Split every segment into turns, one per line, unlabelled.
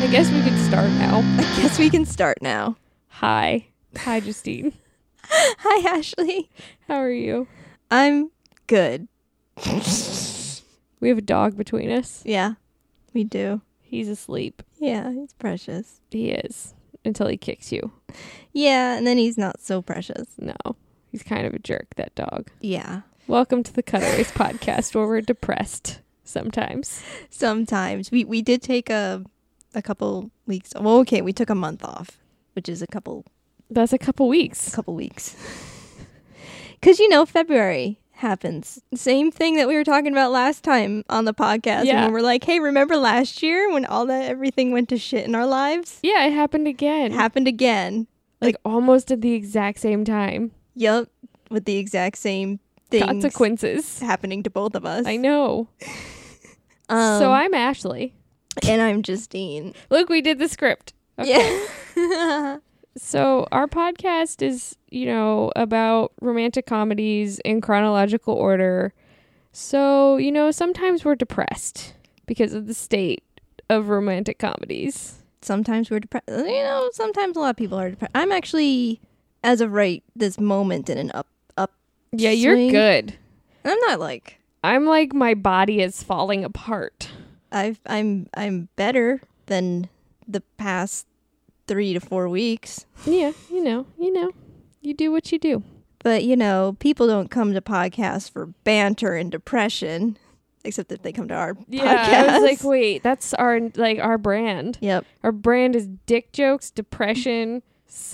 I guess we could start now.
I guess we can start now.
Hi. Hi, Justine.
Hi, Ashley.
How are you?
I'm good.
We have a dog between us.
Yeah, we do.
He's asleep.
Yeah, he's precious.
He is. Until he kicks you.
Yeah, and then he's not so precious.
No. He's kind of a jerk, that dog.
Yeah.
Welcome to the Cutaways podcast where we're depressed sometimes.
Sometimes we we did take a a couple weeks. Well, okay, we took a month off, which is a couple
That's a couple
a
weeks.
couple weeks. Cuz you know February happens. Same thing that we were talking about last time on the podcast
Yeah.
when we're like, "Hey, remember last year when all that everything went to shit in our lives?"
Yeah, it happened
It
again.
happened again.
like almost at the exact same time.
Yep, with the exact same things
Consequences.
happening to both of us.
I know.
Um,
so I'm Ashley.
and I'm Justine.
Look, we did the script.
Yeah.
So our podcast is, you know, about romantic comedies in chronological order. So, you know, sometimes we're depressed because of the state of romantic comedies.
sometimes we're depressed. You know, sometimes a lot of people are depressed. I'm actually, as of right this moment, in an up up.
Yeah, you're
swing.
good.
I'm not like
I'm like my body is falling apart.
I've I'm I'm better than the past three to four weeks.
Yeah, you know, you know. You do what you do.
But you know, people don't come to podcasts for banter and depression, except if they come to our podcast.
I was like, wait, that's our like our brand.
yep.
Our brand is dick jokes, depression,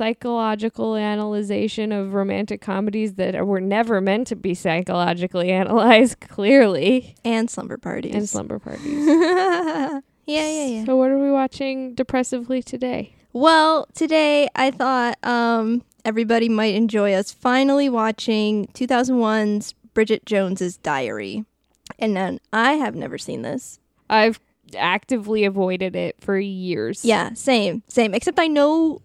psychological analyzation of romantic comedies that were never meant to be psychologically analyzed, clearly,
and slumber parties
and slumber parties.
yeah, yeah, yeah.
So, what are we watching depressively today?
Well, today I thought um, everybody might enjoy us finally watching 2001's Bridget Jones's Diary. And then I have never seen this.
I've actively avoided it for years.
Yeah, same, same. Except I know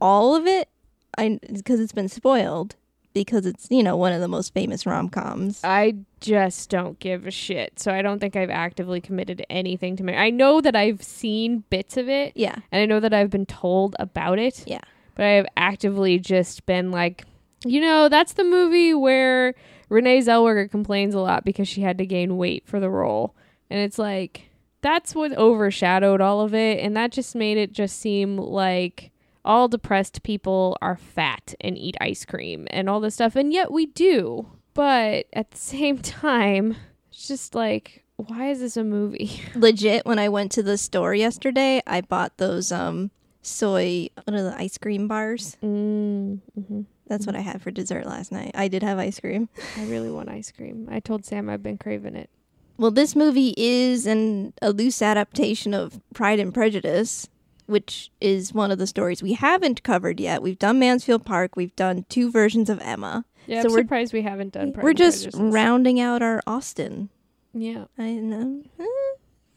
all of it, I because it's been spoiled because it's you know one of the most famous rom coms.
I just don't give a shit. So, I don't think I've actively committed anything to me. I know that I've seen bits of it.
Yeah,
and I know that I've been told about it.
Yeah.
But I have actively just been like, you know, that's the movie where Renee Zellweger complains a lot because she had to gain weight for the role. And it's like, that's what overshadowed all of it. And that just made it just seem like all depressed people are fat and eat ice cream and all this stuff. And yet we do. But at the same time, it's just like, why is this a movie?
legit. When I went to the store yesterday, I bought those um soy what are the ice cream bars.
Mm, hmm
That's what I had for dessert last night. I did have ice cream.
I really want ice cream. I told Sam I've been craving it.
Well, this movie is an a loose adaptation of Pride and Prejudice, which is one of the stories we haven't covered yet. We've done Mansfield Park, we've done two versions of Emma.
Yeah,
So
I'm
we're-
surprised we haven't done. Pride
We're
and
just
Prejudice.
rounding out our Austin.
Yeah,
I know. eh,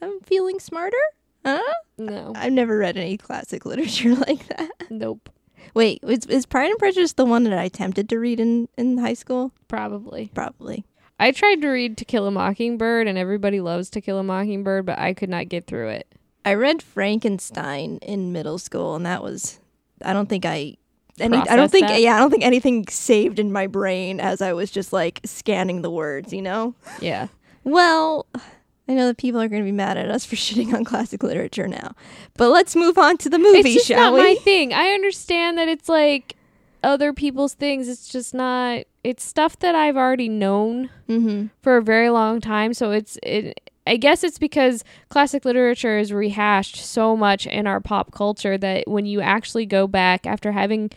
I'm feeling smarter. Huh?
no,
I've never read any classic literature like that.
nope,
Wait, is, is Pride and Prejudice the one that I attempted to read in, in high school?
probably.
Probably.
I tried to read To Kill a Mockingbird, and everybody loves To Kill a Mockingbird, but I could not get through it.
I read Frankenstein in middle school, and that was I don't think I. Any, I don't
Processed
think
that?
yeah I don't think anything saved in my brain as I was just like scanning the words you know
Yeah,
well I know that people are going to be mad at us for shitting on classic literature now but let's move on to the
it's
movie
just
shall
not
we
my thing. I understand that it's like other people's things. It's just not. It's stuff that I've already known.
mm-hmm.
for a very long time. So it's it. I guess it's because classic literature is rehashed so much in our pop culture that when you actually go back after having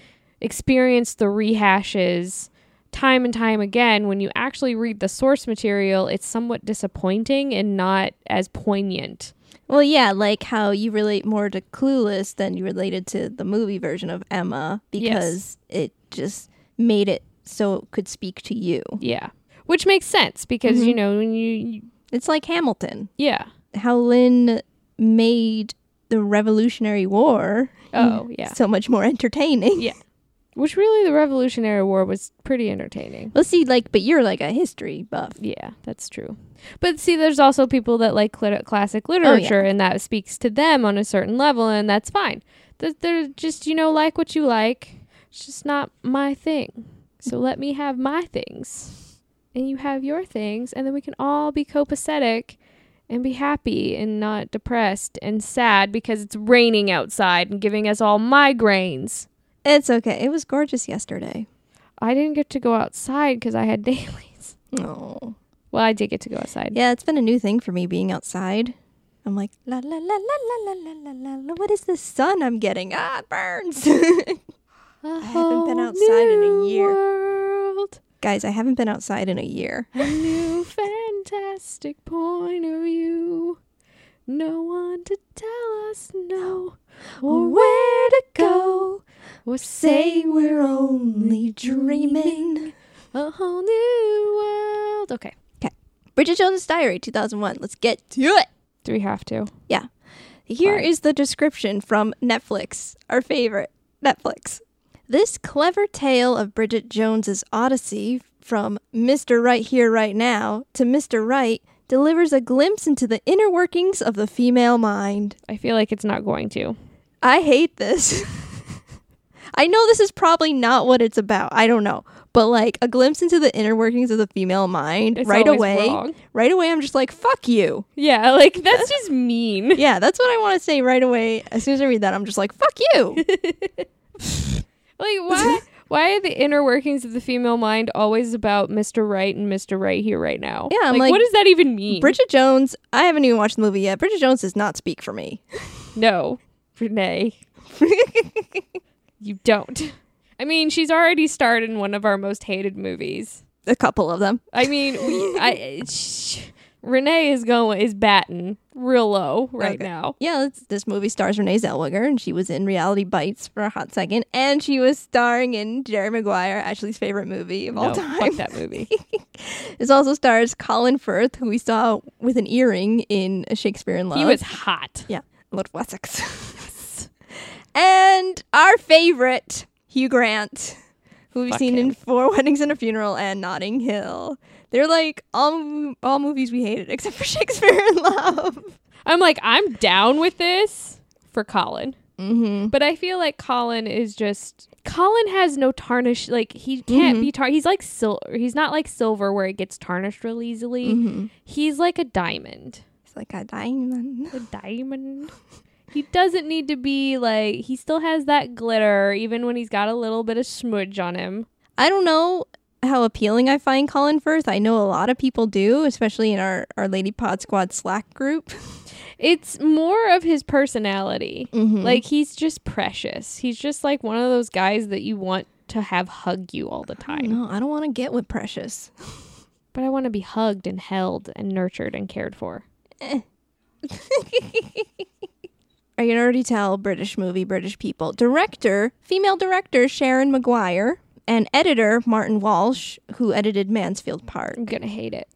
experienced the rehashes time and time again, when you actually read the source material, it's somewhat disappointing and not as poignant.
well yeah like how you relate more to Clueless than you related to the movie version of Emma because it just made it so it could speak to you
Yeah. Which makes sense because, you know, when you, you.
it's like Hamilton
Yeah.
how Lynn made the Revolutionary War
Oh, yeah.
so much more entertaining.
Yeah. Which really, the Revolutionary War was pretty entertaining.
Let's see, like, but you're like a history buff.
Yeah, that's true. But see, there's also people that like cl- classic literature, and that speaks to them on a certain level, and that's fine. That they're just you know like what you like. It's just not my thing. So let me have my things, and you have your things, and then we can all be copacetic and be happy and not depressed and sad because it's raining outside and giving us all migraines.
It's okay. It was gorgeous yesterday.
I didn't get to go outside because I had dailies.
Oh.
Well, I did get to go outside.
Yeah, it's been a new thing for me being outside. I'm like, la la la la la la la la la. la. What is this sun I'm getting? Ah, it burns.
I
haven't been outside in a year.
World,
Guys, I haven't been outside in a year.
a new fantastic point of view. No one to tell us no or where to go. Or say we're only dreaming. A whole new world. Okay.
Bridget Jones's Diary, 2001. Let's get to it.
Do we have to?
Here is
Fine.
the description from Netflix, our favorite Netflix. This clever tale of Bridget Jones's odyssey from Mr. Right Here Right Now to Mr. Right delivers a glimpse into the inner workings of the female mind.
I feel like it's not going to.
I hate this. I know this is probably not what it's about. I don't know. But like a glimpse into the inner workings of the female mind
It's
right
always
away.
wrong.
Right away I'm just like fuck you.
Yeah, like that's just mean.
Yeah, that's what I want to say right away. As soon as I read that I'm just like fuck you.
Like why? why are the inner workings of the female mind always about Mr. Right and Mr. Right here, right now?
Yeah, I'm
like,
like,
what does that even mean?
Bridget Jones, I haven't even watched the movie yet. Bridget Jones does not speak for me.
no, Renee, you don't. I mean, she's already starred in one of our most hated movies.
a couple of them.
I mean, we, I, sh- Renee is going is batting real low right
Okay.
now.
Yeah, it's, this movie stars Renee Zellweger, and she was in Reality Bites for a hot second, and she was starring in Jerry Maguire, Ashley's favorite movie of all
no,
time.
fuck that movie.
This also stars Colin Firth, who we saw with an earring in Shakespeare in Love.
he was hot.
yeah, Lord of Wessex. and our favorite Hugh Grant, who we've
Fuck
seen
him.
in Four Weddings and a Funeral and Notting Hill. They're like all mov- all movies we hated except for Shakespeare in Love.
I'm like, I'm down with this for Colin.
Mm-hmm.
But I feel like Colin is just Colin has no tarnish. Like he can't be
Mm-hmm.
tar. He's like silver. He's not like silver where it gets tarnished real easily.
Mm-hmm.
He's like a diamond.
It's like a diamond.
A diamond. he doesn't need to be like. He still has that glitter even when he's got a little bit of smudge on him.
I don't know how appealing I find Colin Firth. I know a lot of people do, especially in our our Lady Pod Squad Slack group.
It's more of his personality.
Mm-hmm.
Like he's just precious. He's just like one of those guys that you want to have hug you all the time.
no, I don't want to get with Precious.
But I want to be hugged and held and nurtured and cared for.
I can already tell British movie, British people. Director, female director Sharon Maguire, and editor Martin Walsh, who edited Mansfield Park.
I'm gonna hate it.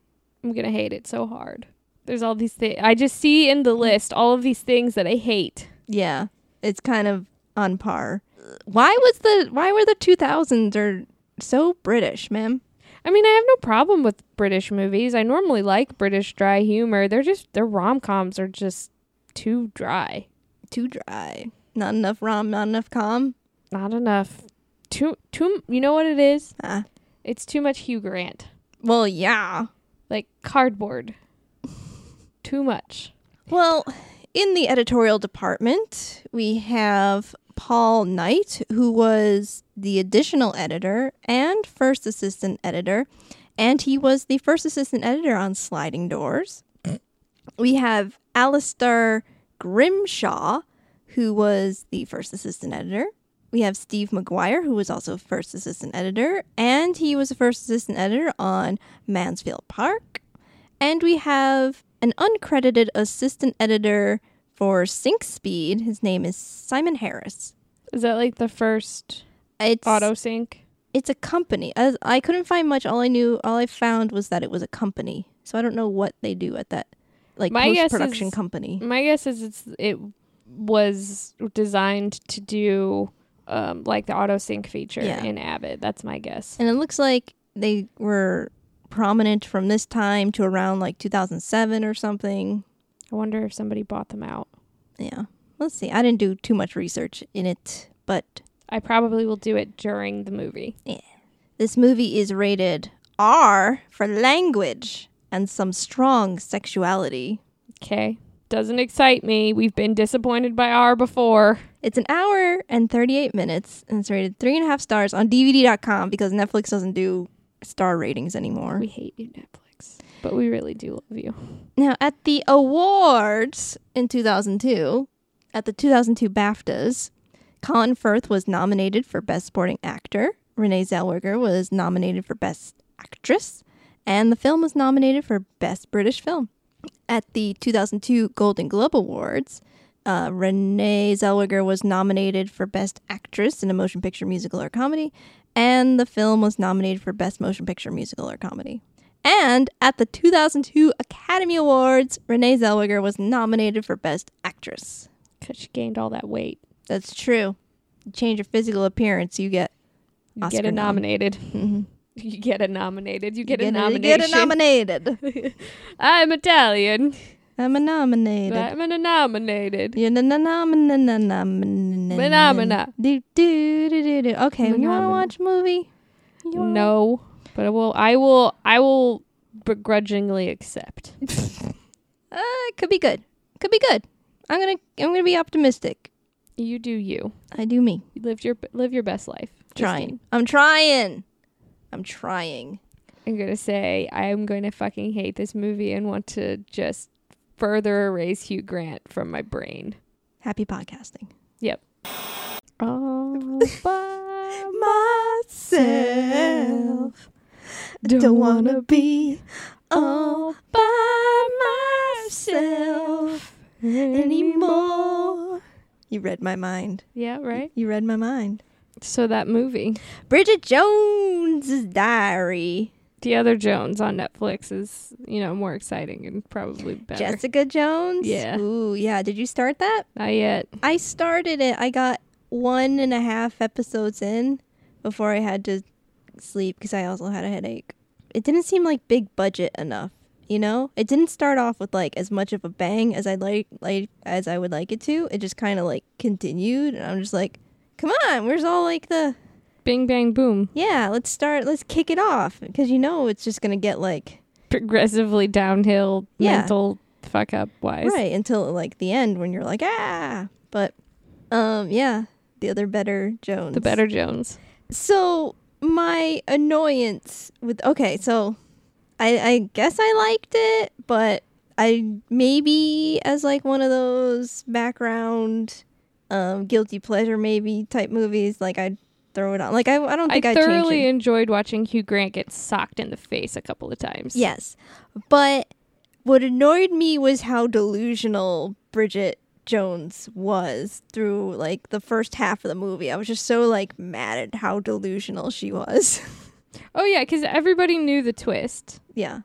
I'm gonna hate it so hard. There's all these things I just see in the list all of these things that I hate.
Yeah, it's kind of on par. Why was the why were the two thousands are so British, ma'am?
I mean, I have no problem with British movies. I normally like British dry humor. They're just their rom coms are just too dry.
Too dry. Not enough rom, not enough com.
Not enough. Too too. You know what it is?
Ah.
It's too much Hugh Grant.
Well, yeah.
Like cardboard. too much.
Well, in the editorial department, we have Paul Knight, who was the additional editor and first assistant editor, and he was the first assistant editor on Sliding Doors. We have Alistair Grimshaw, who was the first assistant editor. We have Steve McGuire, who was also first assistant editor, and he was the first assistant editor on Mansfield Park. And we have an uncredited assistant editor for Sync Speed. His name is Simon Harris.
Is that like the first
It's
auto sync?
it's a company. I, I couldn't find much. All I knew, all I found was that it was a company. So I don't know what they do at that like
My guess
post production
is-
company.
My guess is it's it was designed to do um, like the auto sync feature
Yeah.
in Avid. That's my guess.
And it looks like they were prominent from this time to around like 2007 or something.
I wonder if somebody bought them out.
Yeah. Let's see. I didn't do too much research in it, but
I probably will do it during the movie.
this movie is rated R for language and some strong sexuality.
Okay. Doesn't excite me. We've been disappointed by R before.
It's an hour and 38 minutes, and it's rated three and a half stars on DVD.com because Netflix doesn't do star ratings anymore.
We hate you, Netflix, but we really do love you.
Now, at the awards in 2002, at the 2002 BAFTAs, Colin Firth was nominated for Best Supporting Actor. Renee Zellweger was nominated for Best Actress, and the film was nominated for Best British Film. At the 2002 Golden Globe Awards, uh, Renee Zellweger was nominated for Best Actress in a Motion Picture Musical or Comedy, and the film was nominated for Best Motion Picture Musical or Comedy. And at the 2002 Academy Awards, Renee Zellweger was nominated for Best Actress.
Because she gained all that weight.
That's true. You change your physical appearance, you get
You
Oscar
get it
nom.
nominated.
Mhm.
You get it nominated. You get, a
you it- you
nomination.
get it nominated.
I'm Italian.
I'm a nominated.
I'm a nominated.
You're the nominated.
Phenomena.
Do do do do do. Okay, you want to
Phenomena.
watch a movie? You wanna-
No, but I will. I will. I will begrudgingly accept.
Uh, it could be good. Could be good. I'm gonna I'm gonna be optimistic.
You do you.
I do me.
You Live your live your best life.
Trying. I'm trying. I'm trying.
Justine. I'm gonna say I'm going to fucking hate this movie and want to just further erase Hugh Grant from my brain.
Happy podcasting.
Oh, by
myself.
Don't
Don't wanna be all
all
by myself anymore. You read my mind.
Yeah, right.
You read my mind.
So that movie,
Bridget Jones's Diary.
The Other Jones on Netflix, is you know more exciting and probably better.
Jessica Jones.
Yeah.
Ooh, yeah. Did you start that?
Not yet.
I started it. I got one and a half episodes in before I had to sleep because I also had a headache. It didn't seem like big budget enough, you know. It didn't start off with like as much of a bang as I'd like, like as I would like it to. It just kind of like continued, and I'm just like, come on, where's all like the
Bing bang boom.
yeah? Let's start. Let's kick it off because you know it's just gonna get like
Progressively downhill
Yeah.
mental fuck up wise.
right until like the end when you're like ah, but um yeah, the other better Jones,
The Better Jones.
So my annoyance with okay, so I I guess I liked it, but I maybe as like one of those background um guilty pleasure maybe type movies, like I'd throw it on. Like I I don't
I,
think I
thoroughly
it.
enjoyed watching Hugh Grant get socked in the face a couple of times.
Yes. But what annoyed me was how delusional Bridget Jones was through like the first half of the movie. I was just so like mad at how delusional she was.
Oh yeah, because everybody knew the twist.
Yeah.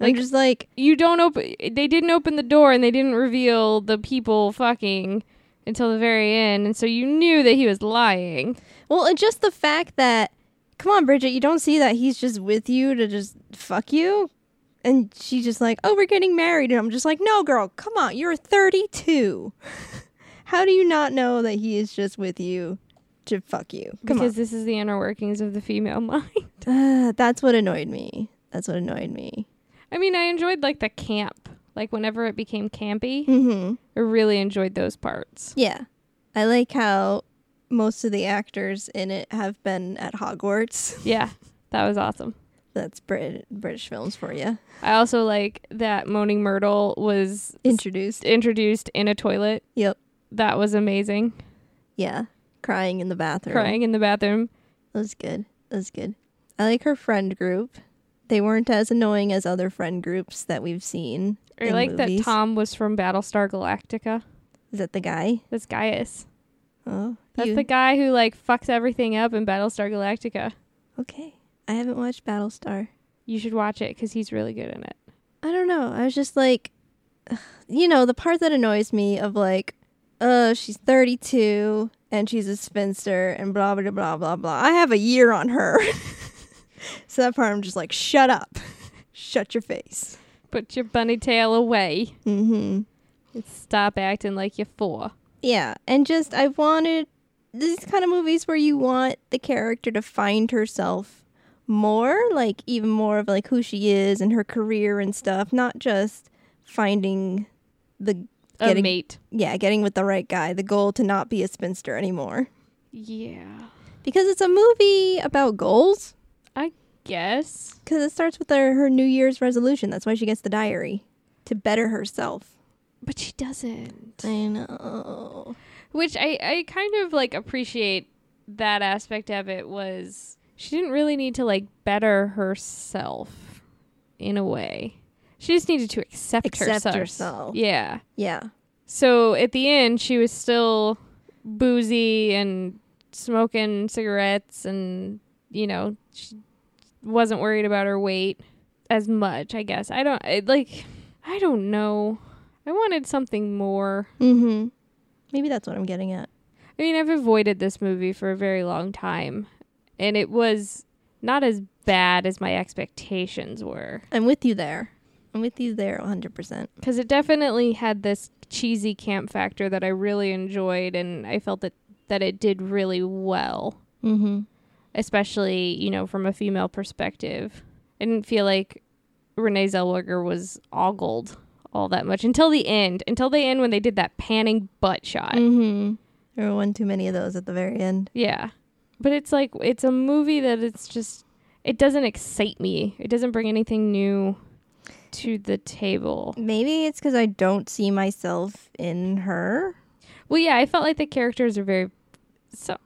Like-
I'm just like,
You don't open. They didn't open the door and they didn't reveal the people fucking until the very end, and so you knew that he was lying.
well, and just the fact that, come on, Bridget, you don't see that he's just with you to just fuck you. And she's just like, oh, we're getting married. And I'm just like, no, girl, come on, you're 32. How do you not know that he is just with you to fuck you? Come
because this is the inner workings of the female mind.
on. Ah, that's what annoyed me. That's what annoyed me.
I mean, I enjoyed like the camp, like whenever it became campy.
Mm-hmm.
I really enjoyed those parts.
Yeah. I like how most of the actors in it have been at Hogwarts.
Yeah, that was awesome.
That's Brit- British films for you.
I also like that Moaning Myrtle was
Introduced.
introduced in a toilet.
Yep.
That was amazing.
Yeah. Crying in the bathroom.
Crying in the bathroom.
That was good. That was good. I like her friend group. They weren't as annoying as other friend groups that we've seen.
I
in
like
movies.
that Tom was from Battlestar Galactica.
Is that the guy?
That's Gaius.
Oh,
That's
you-
the guy who like fucks everything up in Battlestar Galactica.
Okay. I haven't watched Battlestar.
You should watch it because he's really good in it.
I don't know. I was just like, you know, the part that annoys me of like, oh, she's 32 and she's a spinster and blah blah blah blah blah. I have a year on her. so that part I'm just like, shut up. Shut your face.
Put your bunny tail away.
Mm-hmm.
And stop acting like you're four.
Yeah, and just I wanted these kind of movies where you want the character to find herself more, like even more of like who she is and her career and stuff, not just finding the
A
Getting-
mate.
yeah, getting with the right guy, the goal to not be a spinster anymore.
Yeah.
Because it's a movie about goals
Guess.
cuz it starts with her, her New Year's resolution. That's why she gets the diary to better herself.
But she doesn't.
I know.
Which I, I kind of like appreciate that aspect of it was she didn't really need to like better herself in a way. She just needed to accept,
Accept
herself.
herself.
Yeah.
Yeah.
So at the end, she was still boozy and smoking cigarettes, and you know, she wasn't worried about her weight as much. I guess I don't I, like. I don't know. I wanted something more.
Mhm. Maybe that's what I'm getting at.
I mean, I've avoided this movie for a very long time, and it was not as bad as my expectations were
I'm with you there. I'm with you there 100%.
because it definitely had this cheesy camp factor that I really enjoyed, and I felt that that it did really well.
Mm-hmm.
especially you know from a female perspective. I didn't feel like Renee Zellweger was ogled all that much until the end. Until the end when they did that panning butt shot.
Mm-hmm. There were one too many of those at the very end.
Yeah, but it's like it's a movie that it's just it doesn't excite me. It doesn't bring anything new to the table.
Maybe it's because I don't see myself in her.
Well, yeah, I felt like the characters are very so.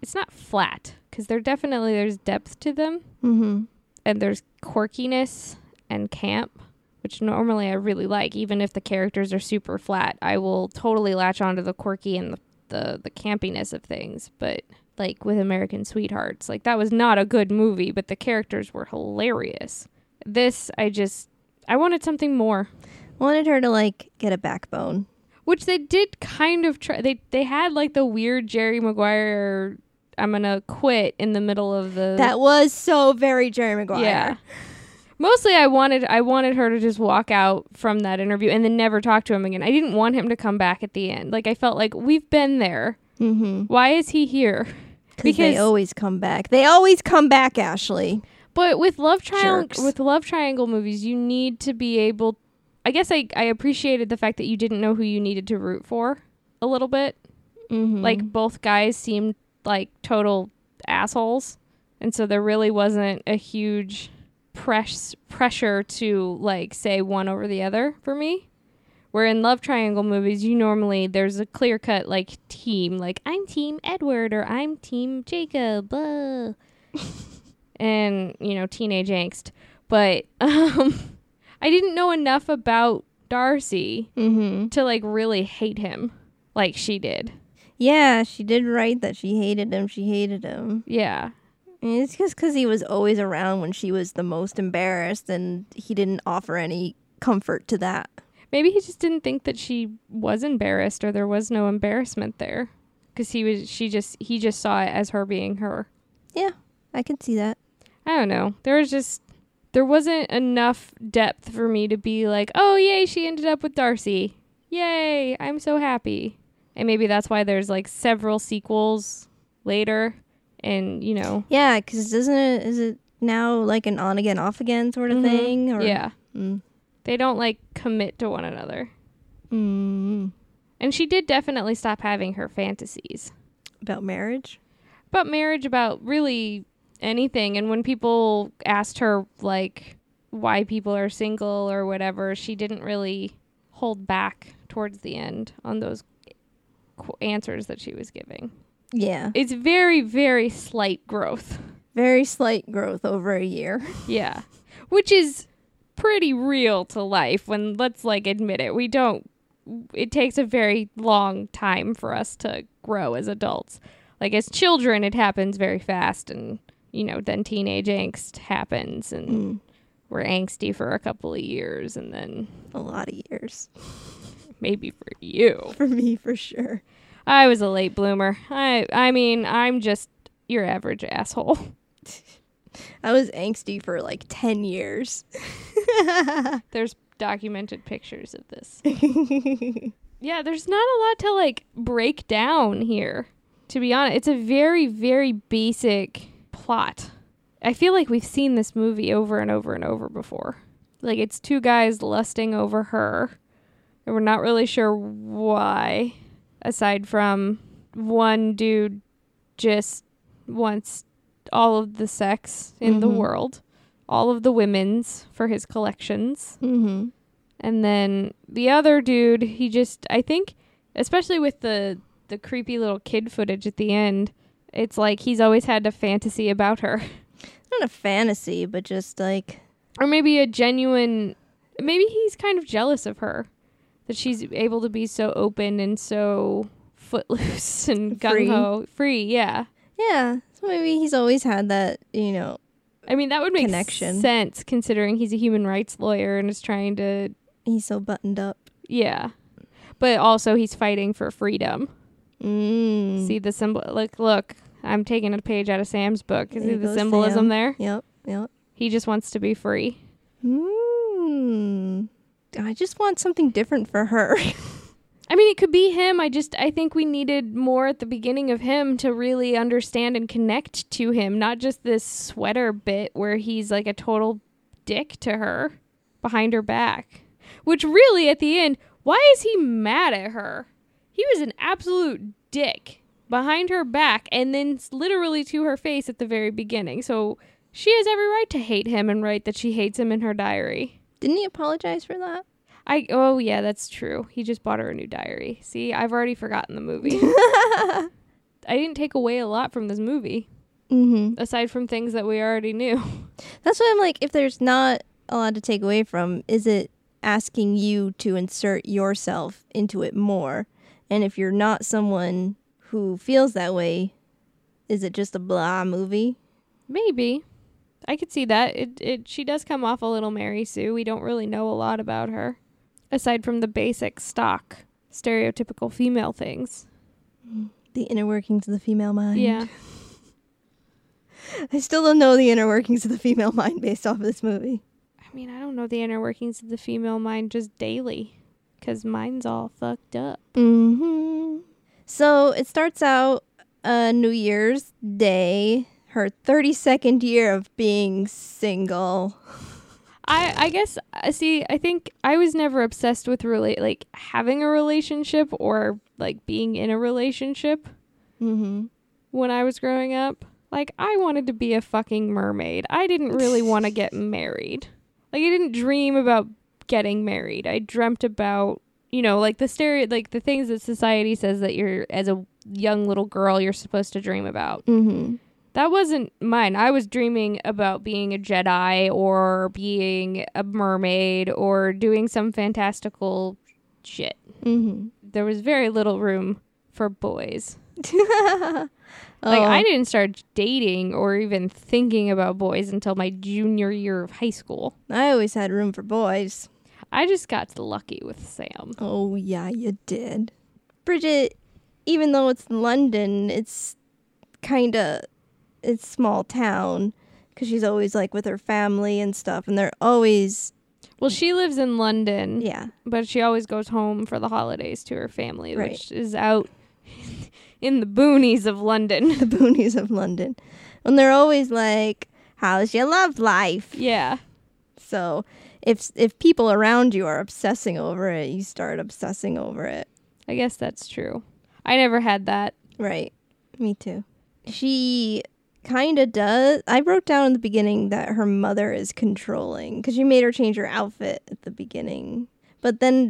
It's not flat because there definitely there's depth to them.
Mm-hmm.
and there's quirkiness and camp, which normally I really like. Even if the characters are super flat, I will totally latch onto the quirky and the, the, the campiness of things. But like with American Sweethearts, like that was not a good movie, but the characters were hilarious. This, I just, I wanted something more,
Wanted her to like get a backbone.
which they did kind of try. They they had like the weird Jerry Maguire. I'm gonna quit in the middle of the
That was so very Jerry Maguire.
Yeah. Mostly I wanted I wanted her to just walk out from that interview and then never talk to him again. I didn't want him to come back at the end. Like I felt like we've been there.
Mm-hmm.
Why is he here?
Because they
Because-
always come back. They always come back, Ashley.
But with love
Jerks.
triangle with love triangle movies, you need to be able I guess I I appreciated the fact that you didn't know who you needed to root for a little bit.
Mm-hmm.
Like both guys seemed like total assholes. And so there really wasn't a huge press pressure to like say one over the other for me. Where in love triangle movies, you normally there's a clear cut like team, like I'm team Edward or I'm team Jacob, blah. and you know teenage angst. But um, I didn't know enough about Darcy
Mm-hmm.
to like really hate him like she did.
Yeah, she did write that she hated him. She hated him.
Yeah.
And It's just because he was always around when she was the most embarrassed, and he didn't offer any comfort to that.
Maybe he just didn't think that she was embarrassed or there was no embarrassment there cuz he was she just he just saw it as her being her.
Yeah, I can see that.
I don't know. There was just there wasn't enough depth for me to be like, "Oh, yay, she ended up with Darcy. Yay, I'm so happy." And maybe that's why there's like several sequels later and, you know,
Yeah, because isn't it is it now like an on again, off again sort of
Mhm.
thing? Or,
yeah.
Mm.
They don't like commit to one another.
Mm.
And she did definitely stop having her fantasies.
About marriage.
about marriage, about really anything. And when people asked her, like, why people are single or whatever, she didn't really hold back towards the end on those qu- answers that she was giving.
Yeah,
It's very, very slight growth.
very slight growth over a year.
Yeah. Which is pretty real to life when, let's like admit it, we don't, it takes a very long time for us to grow as adults. Like as children, it happens very fast and, you know, then teenage angst happens and
Mm.
we're angsty for a couple of years and then
A lot of years
maybe for you.
for me, for sure.
I was a late bloomer. I I mean, I'm just your average asshole.
I was angsty for like 10 years.
There's documented pictures of this.
Mm-hmm.
yeah, there's not a lot to like break down here. To be honest, it's a very very basic plot. I feel like we've seen this movie over and over and over before. Like it's two guys lusting over her, and we're not really sure why aside from one dude just wants all of the sex in the
Mhm.
world, all of the women's for his collections.
mm-hmm.
And then the other dude, he just I think especially with the the creepy little kid footage at the end, it's like he's always had a fantasy about her.
Not a fantasy, but just like,
Or maybe a genuine maybe he's kind of jealous of her that she's able to be so open and so footloose and
Free.
gung ho free, yeah.
yeah. So maybe he's always had that, you know.
I mean that would make
Connection.
sense considering he's a human rights lawyer and is trying to
He's so buttoned up.
yeah. But also he's fighting for freedom.
Mm.
See the symbol. Look, look. I'm taking a page out of Sam's book. Is
There
see the
goes
symbolism
Sam.
there?
Yep. Yep.
He just wants to be free.
Mm. I just want something different for her.
I mean, it could be him. I just I think we needed more at the beginning of him to really understand and connect to him, not just this sweater bit where he's like a total dick to her behind her back. Which really at the end, why is he mad at her? He was an absolute dick behind her back and then s- literally to her face at the very beginning. So she has every right to hate him and write that she hates him in her diary.
Didn't he apologize for that?
I oh yeah, that's true. He just bought her a new diary. See, I've already forgotten the movie. I didn't take away a lot from this movie
Mm-hmm.
aside from things that we already knew.
That's why I'm like, if there's not a lot to take away from, is it asking you to insert yourself into it more? And if you're not someone who feels that way, is it just a blah movie?
Maybe I could see that. It it she does come off a little Mary Sue. We don't really know a lot about her aside from the basic stock stereotypical female things.
The inner workings of the female mind.
Yeah.
I still don't know the inner workings of the female mind based off of this movie.
I mean, I don't know the inner workings of the female mind just daily cuz mine's all fucked up.
hmm So it starts out uh, New Year's Day, her 32nd year of being single.
I I guess uh, see I think I was never obsessed with relate like having a relationship or like being in a relationship
Mm-hmm.
when I was growing up. Like I wanted to be a fucking mermaid. I didn't really want to get married. Like I didn't dream about getting married. I dreamt about you know like the stereo like the things that society says that you're as a young little girl you're supposed to dream about.
Mm-hmm.
That wasn't mine. I was dreaming about being a Jedi or being a mermaid or doing some fantastical shit.
Mm-hmm.
There was very little room for boys. Like, I
Oh.
didn't start dating or even thinking about boys until my junior year of high school.
I always had room for boys.
I just got lucky with Sam.
Oh, yeah, you did. Bridget, even though it's London, it's kind of it's small town because she's always like with her family and stuff, and they're always
Well, she lives in London,
yeah.
but she always goes home for the holidays to her family,
Right.
which is out in the boonies of London.
the boonies of London. And they're always like, "How's your love life?"
yeah.
So, if if people around you are obsessing over it, you start obsessing over it.
I guess that's true. I never had that.
Right. Me too. She kind of does. I wrote down in the beginning that her mother is controlling cuz she made her change her outfit at the beginning. But then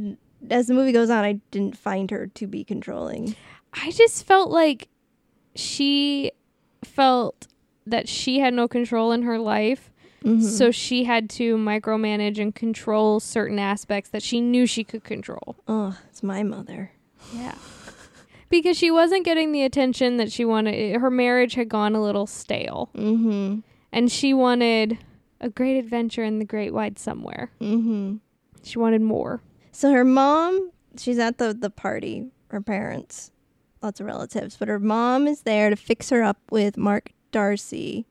as the movie goes on, I didn't find her to be controlling.
I just felt like she felt that she had no control in her life.
Mm-hmm.
So she had to micromanage and control certain aspects that she knew she could control.
oh, it's my mother.
Yeah. because she wasn't getting the attention that she wanted. Her marriage had gone a little stale.
Mhm.
And she wanted a great adventure in the great wide somewhere.
Mhm.
She wanted more.
So her mom, she's at the the party, her parents lots of relatives, but her mom is there to fix her up with Mark Darcy.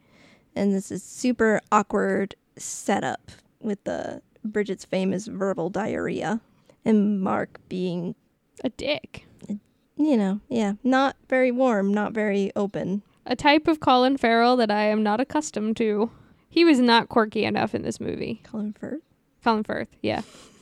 And this is super awkward setup with the Bridget's famous verbal diarrhea and Mark being,
A dick.
you know, yeah, not very warm, not very open.
A type of Colin Farrell that I am not accustomed to. He was not quirky enough in this movie.
Colin Firth.
Colin Firth, yeah.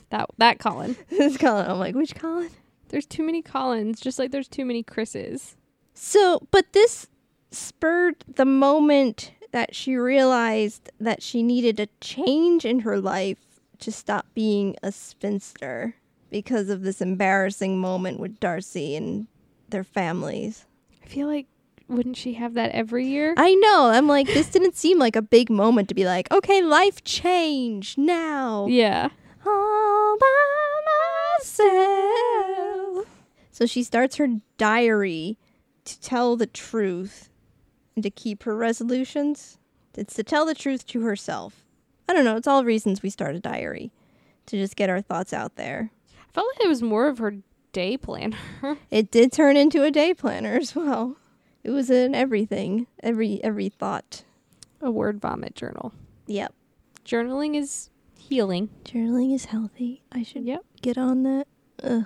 That that Colin.
this Colin. I'm like, which Colin?
There's too many Collins, just like there's too many Chris's.
So, but this spurred the moment that she realized that she needed a change in her life to stop being a spinster because of this embarrassing moment with Darcy and their families.
I feel like wouldn't she have that every year?
I know. I'm like, this didn't seem like a big moment to be like, okay, life change now.
yeah.
all by myself. So she starts her diary to tell the truth and to keep her resolutions. It's to tell the truth to herself. I don't know. It's all reasons we start a diary to just get our thoughts out there.
I felt like it was more of her day planner.
It did turn into a day planner as well. It was in everything, every every thought.
a word vomit journal.
Yep.
Journaling is healing.
Journaling is healthy. I should
Yep.
get on that. Ugh.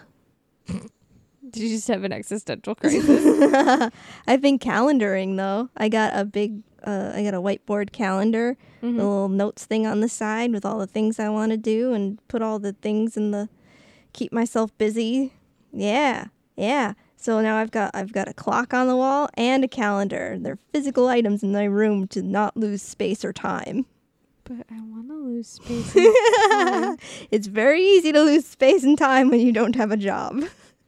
Did you just have an existential crisis?
I've been calendaring though. I got a big, uh, I got a whiteboard calendar, the little notes thing on the side with all the things I want to do, and put all the things in the keep myself busy. Yeah, yeah. So now I've got I've got a clock on the wall and a calendar. They're physical items in my room to not lose space or time.
but I want to lose space.
It's very easy to lose space and time when you don't have a job.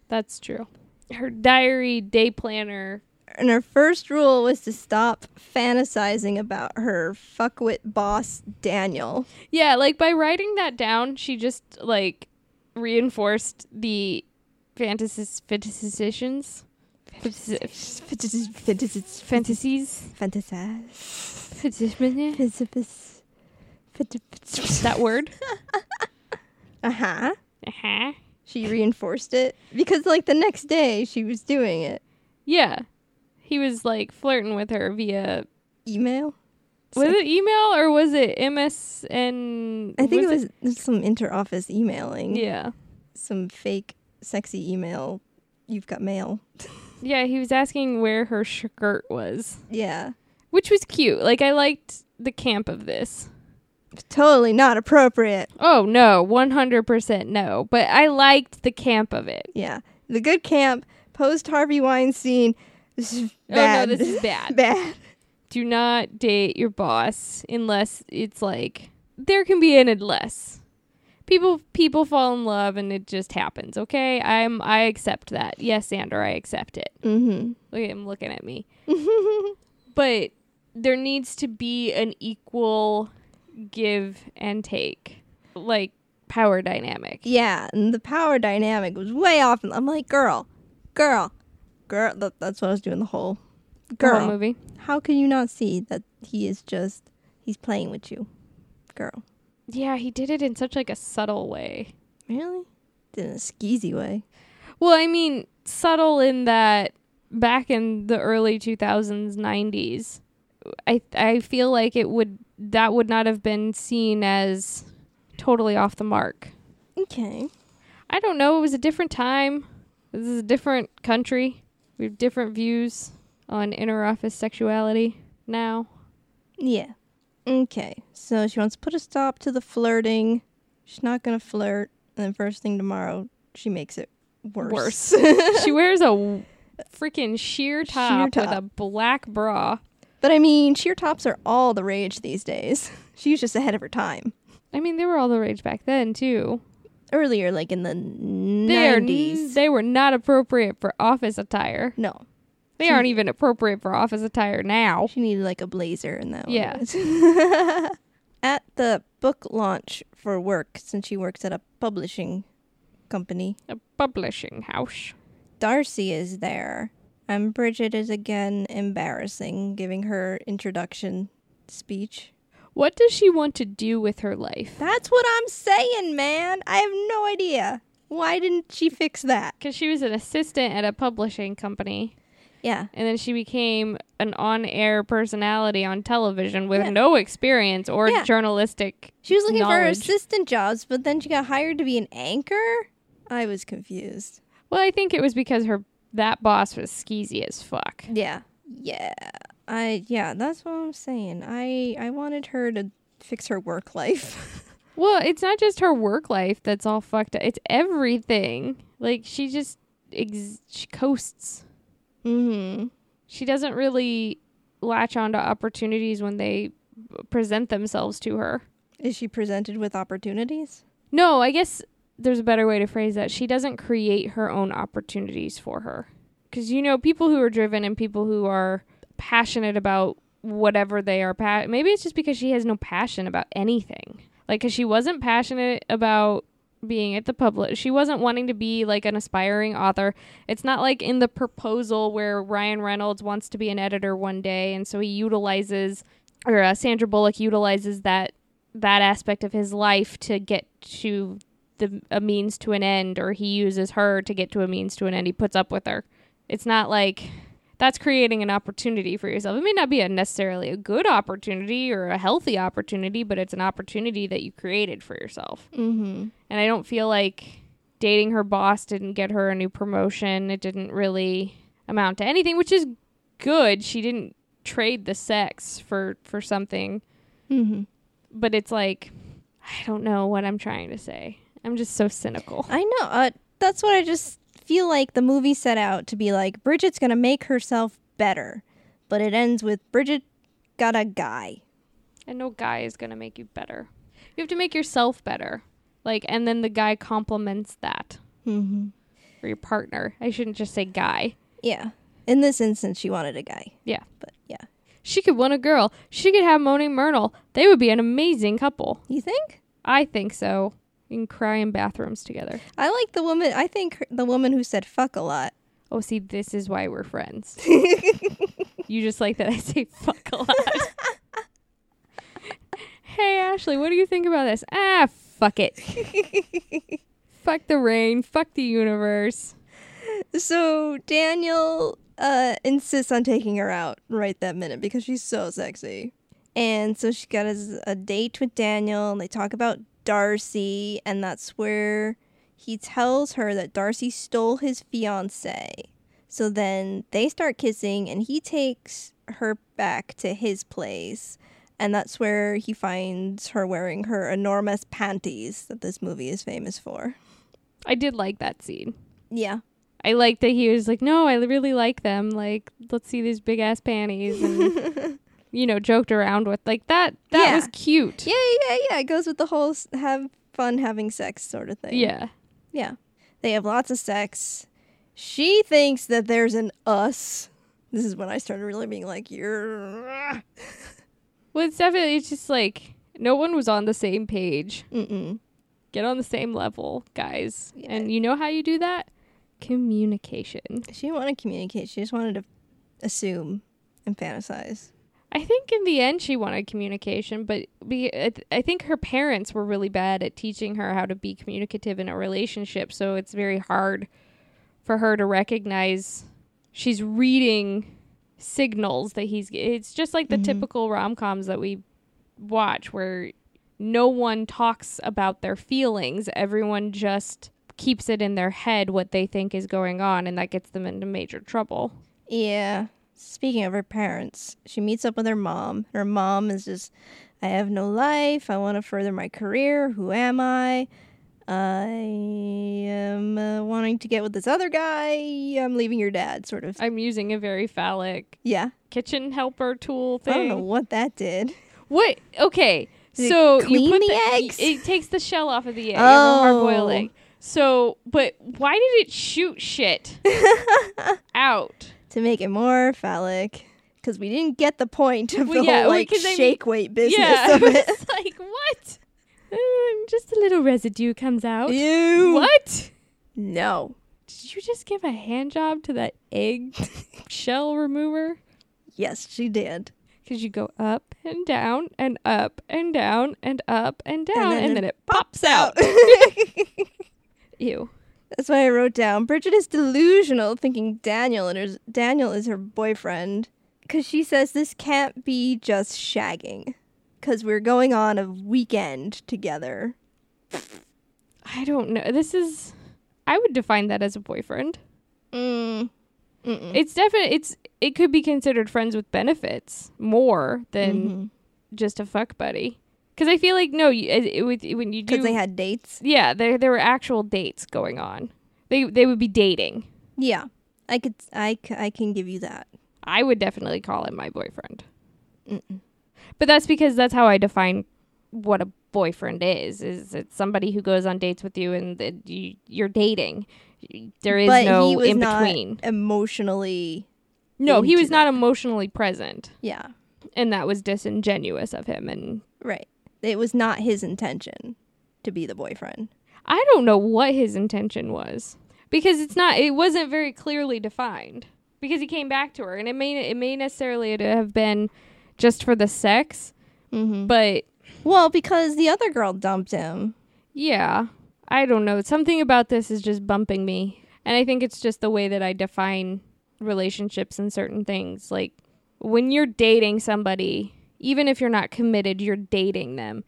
That's true. Her diary, day planner.
and her first rule was to stop fantasizing about her fuckwit boss Daniel.
Yeah, like by writing that down, she just like reinforced the fantasies, fantasizations, fantasies,
Fantasize,
fantasies.
fantasize,
fantasies- that word.
Uh huh.
Uh-huh.
She reinforced it because, like, the next day she was doing it.
Yeah, he was like flirting with her via
Email.
Was it email or was it MSN?
I think it was some inter-office emailing.
Yeah.
Some fake, sexy email. You've got mail.
Yeah, he was asking where her skirt was,
Yeah.
which was cute. Like, I liked the camp of this.
Totally not appropriate.
Oh, no, 100% no. But I liked the camp of it.
Yeah. The good camp, post Harvey Weinstein. This is bad.
Oh, no, this is bad.
bad.
Do not date your boss unless it's like, there can be an unless. People people fall in love and it just happens, okay? I'm I accept that. Yes, Sandra, I accept it.
Mm-hmm.
Look at him looking at me. but there needs to be an equal give and take, like power dynamic.
yeah, and the power dynamic was way off. And I'm like, girl, girl, girl. Th- that's what I was doing the whole.
The whole
Girl,
movie.
how can you not see that he is just he's playing with you, girl?
Yeah, he did it in such like a subtle way.
Really? In a skeezy way.
Well, I mean, subtle in that back in the early 2000s, 90s, I I feel like it would that would not have been seen as totally off the mark.
Okay.
I don't know. It was a different time. This is a different country. We have different views on inner office sexuality now.
Yeah. Okay. So she wants to put a stop to the flirting. She's not gonna flirt. And then first thing tomorrow, she makes it worse.
she wears a w- freaking sheer top,
Sheer
with a
top.
black bra.
But I mean, sheer tops are all the rage these days. She's just ahead of her time.
I mean, they were all the rage back then too.
Earlier, like in the
They are,
nineties.
they were not appropriate for office attire.
No,
They aren't even appropriate for office attire now.
she needed like a blazer and that.
Yeah.
was- at the book launch for work, since she works at a publishing company,
A publishing house.
Darcy is there, and Bridget is again embarrassing, giving her introduction speech.
What does she want to do with her life?
That's what I'm saying, man. I have no idea. Why didn't she fix that?
because she was an assistant at a publishing company,
Yeah.
and then she became an on-air personality on television with no experience or
Yeah.
journalistic.
She was looking for
knowledge.
assistant jobs, but then she got hired to be an anchor? I was confused.
Well, I think it was because her that boss was skeezy as fuck.
Yeah. Yeah. I yeah, that's what I'm saying. I I wanted her to fix her work life.
Well, it's not just her work life that's all fucked up. It's everything. Like she just ex- she coasts.
mhm.
She doesn't really latch on to opportunities when they present themselves to her.
Is she presented with opportunities?
No, I guess there's a better way to phrase that. She doesn't create her own opportunities for her. Cuz you know, people who are driven and people who are passionate about whatever they are pa- maybe it's just because she has no passion about anything. Like cuz she wasn't passionate about being at the public. She wasn't wanting to be like an aspiring author. It's not like in the proposal where Ryan Reynolds wants to be an editor one day and so he utilizes or uh, Sandra Bullock utilizes that that aspect of his life to get to the a means to an end or he uses her to get to a means to an end he puts up with her it's not like that's creating an opportunity for yourself it may not be a necessarily a good opportunity or a healthy opportunity but it's an opportunity that you created for yourself
Mhm.
and i don't feel like dating her boss didn't get her a new promotion it didn't really amount to anything which is good she didn't trade the sex for for something
Mhm.
but it's like I don't know what I'm trying to say. I'm just so cynical.
I know. Uh, that's what I just feel like the movie set out to be like Bridget's going to make herself better. But it ends with Bridget got a guy.
And no guy is going to make you better. You have to make yourself better. Like and then the guy compliments that
Mm-hmm.
or your partner. I shouldn't just say guy.
Yeah. In this instance, she wanted a guy.
Yeah.
But yeah.
She could want a girl. She could have Moaning Myrtle. They would be an amazing couple.
You think?
I think so. You can cry in bathrooms together.
I like the woman. I think her, the woman who said fuck a lot.
Oh, see, this is why we're friends. you just like that I say fuck a lot. hey, Ashley, what do you think about this? Ah, fuck it. fuck the rain. Fuck the universe.
So Daniel uh, insists on taking her out right that minute because she's so sexy. And so she got a, a date with Daniel, and they talk about Darcy, and that's where he tells her that Darcy stole his fiance. So then they start kissing, and he takes her back to his place. And that's where he finds her wearing her enormous panties that this movie is famous for.
I did like that scene.
Yeah.
I liked that he was like, no, I really like them. Like, let's see these big ass panties. And, you know, joked around with. Like, that That
Yeah.
was cute.
Yeah, yeah, yeah, yeah. It goes with the whole s- have fun having sex sort of thing.
Yeah.
Yeah. They have lots of sex. She thinks that there's an us. This is when I started really being like, you're.
Well, it's definitely, it's just like, no one was on the same page.
Mm-mm.
get on the same level, guys.
Yeah.
And you know how you do that? Communication.
She didn't want to communicate. She just wanted to assume and fantasize.
I think in the end she wanted communication, but be, I th- I think her parents were really bad at teaching her how to be communicative in a relationship, so it's very hard for her to recognize she's reading signals that he's it's just like the typical rom-coms that we watch where no one talks about their feelings. Everyone just keeps it in their head what they think is going on and that gets them into major trouble.
Yeah. Speaking of her parents, she meets up with her mom. Her mom is just, I have no life. I want to further my career. Who am I? I am uh, wanting to get with this other guy. I'm leaving your dad, sort of.
I'm using a very phallic
yeah.
kitchen helper tool
I don't know
thing.
what that did.
What? Okay,
Did it
so
clean
you put
the
the,
eggs?
It, takes the shell off of the egg, hard
Oh.
boiled egg. So, but why did it shoot shit out?
To make it more phallic. Because we didn't get the point of
Well,
the
yeah, well,
whole, like,
'cause I mean-
shake weight business
yeah,
of it.
it's like what? Um, just a little residue comes out.
Ew.
What?
No.
Did you just give a hand job to that egg shell remover?
Yes, she did.
Because you go up and down and up and down and up and down,
then
and
it
then it pops out.
Out.
Ew.
That's why I wrote down Bridget is delusional, thinking Daniel and her, Daniel is her boyfriend, because she says this can't be just shagging, because we're going on a weekend together.
I don't know. This is. I would define that as a boyfriend.
Mm. Mm-mm.
It's definitely. It's. It could be considered friends with benefits more than
Mm-hmm.
just a fuck buddy. Because I feel like no, you, it, it, with when you do,
Because they had dates.
yeah, there there were actual dates going on. They they would be dating.
Yeah, I could, I, c- I can give you that.
I would definitely call him my boyfriend.
Mm-mm.
But that's because that's how I define what a boyfriend is. Is it's somebody who goes on dates with you and that you, you're dating. There is
but
no
he was
in
not
between.
emotionally.
No, he
into
was not emotionally present,
Yeah,
and that was disingenuous of him. And
right. It was not his intention to be the boyfriend.
I don't know what his intention was because it's not. It wasn't very clearly defined because he came back to her, and it may it may necessarily have been just for the sex,
Mm-hmm.
but
Well, because the other girl dumped him.
Yeah. I don't know. Something about this is just bumping me. And I think it's just the way that I define relationships and certain things. Like when you're dating somebody, even if you're not committed, you're dating them.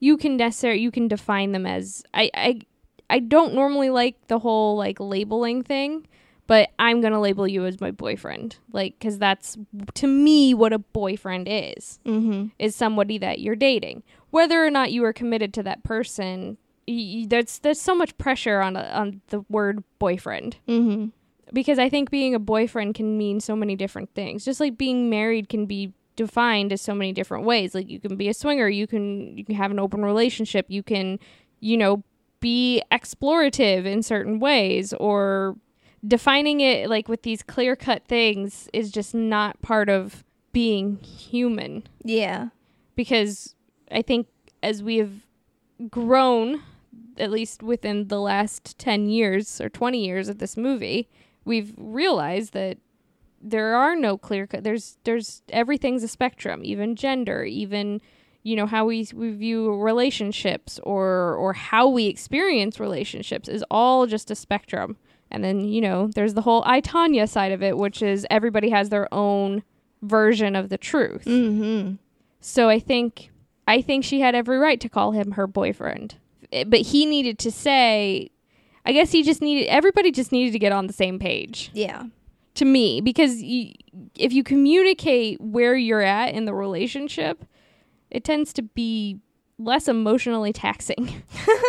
You can necessarily you can define them as I I I don't normally like the whole like labeling thing, but I'm going to label you as my boyfriend. Like cuz that's to me what a boyfriend is
Mm-hmm.
is somebody that you're dating. Whether or not you are committed to that person, y- y- there's there's so much pressure on a, on the word boyfriend
Mm-hmm.
because I think being a boyfriend can mean so many different things. Just like being married can be defined as so many different ways. Like you can be a swinger, you can you can have an open relationship, you can, you know, be explorative in certain ways or defining it like with these clear-cut things is just not part of being human
Yeah.
because I think as we have grown, at least within the last 10 years or 20 years of this movie, we've realized that there are no clear cut. There's, there's, everything's a spectrum, even gender, even, you know, how we, we view relationships or, or how we experience relationships is all just a spectrum. And then, you know, there's the whole I, Tanya side of it, which is everybody has their own version of the truth.
Mm-hmm.
So I think I think she had every right to call him her boyfriend. Eh, But he needed to say I guess he just needed everybody just needed to get on the same page
Yeah.
to me because you, if you communicate where you're at in the relationship, it tends to be less emotionally taxing.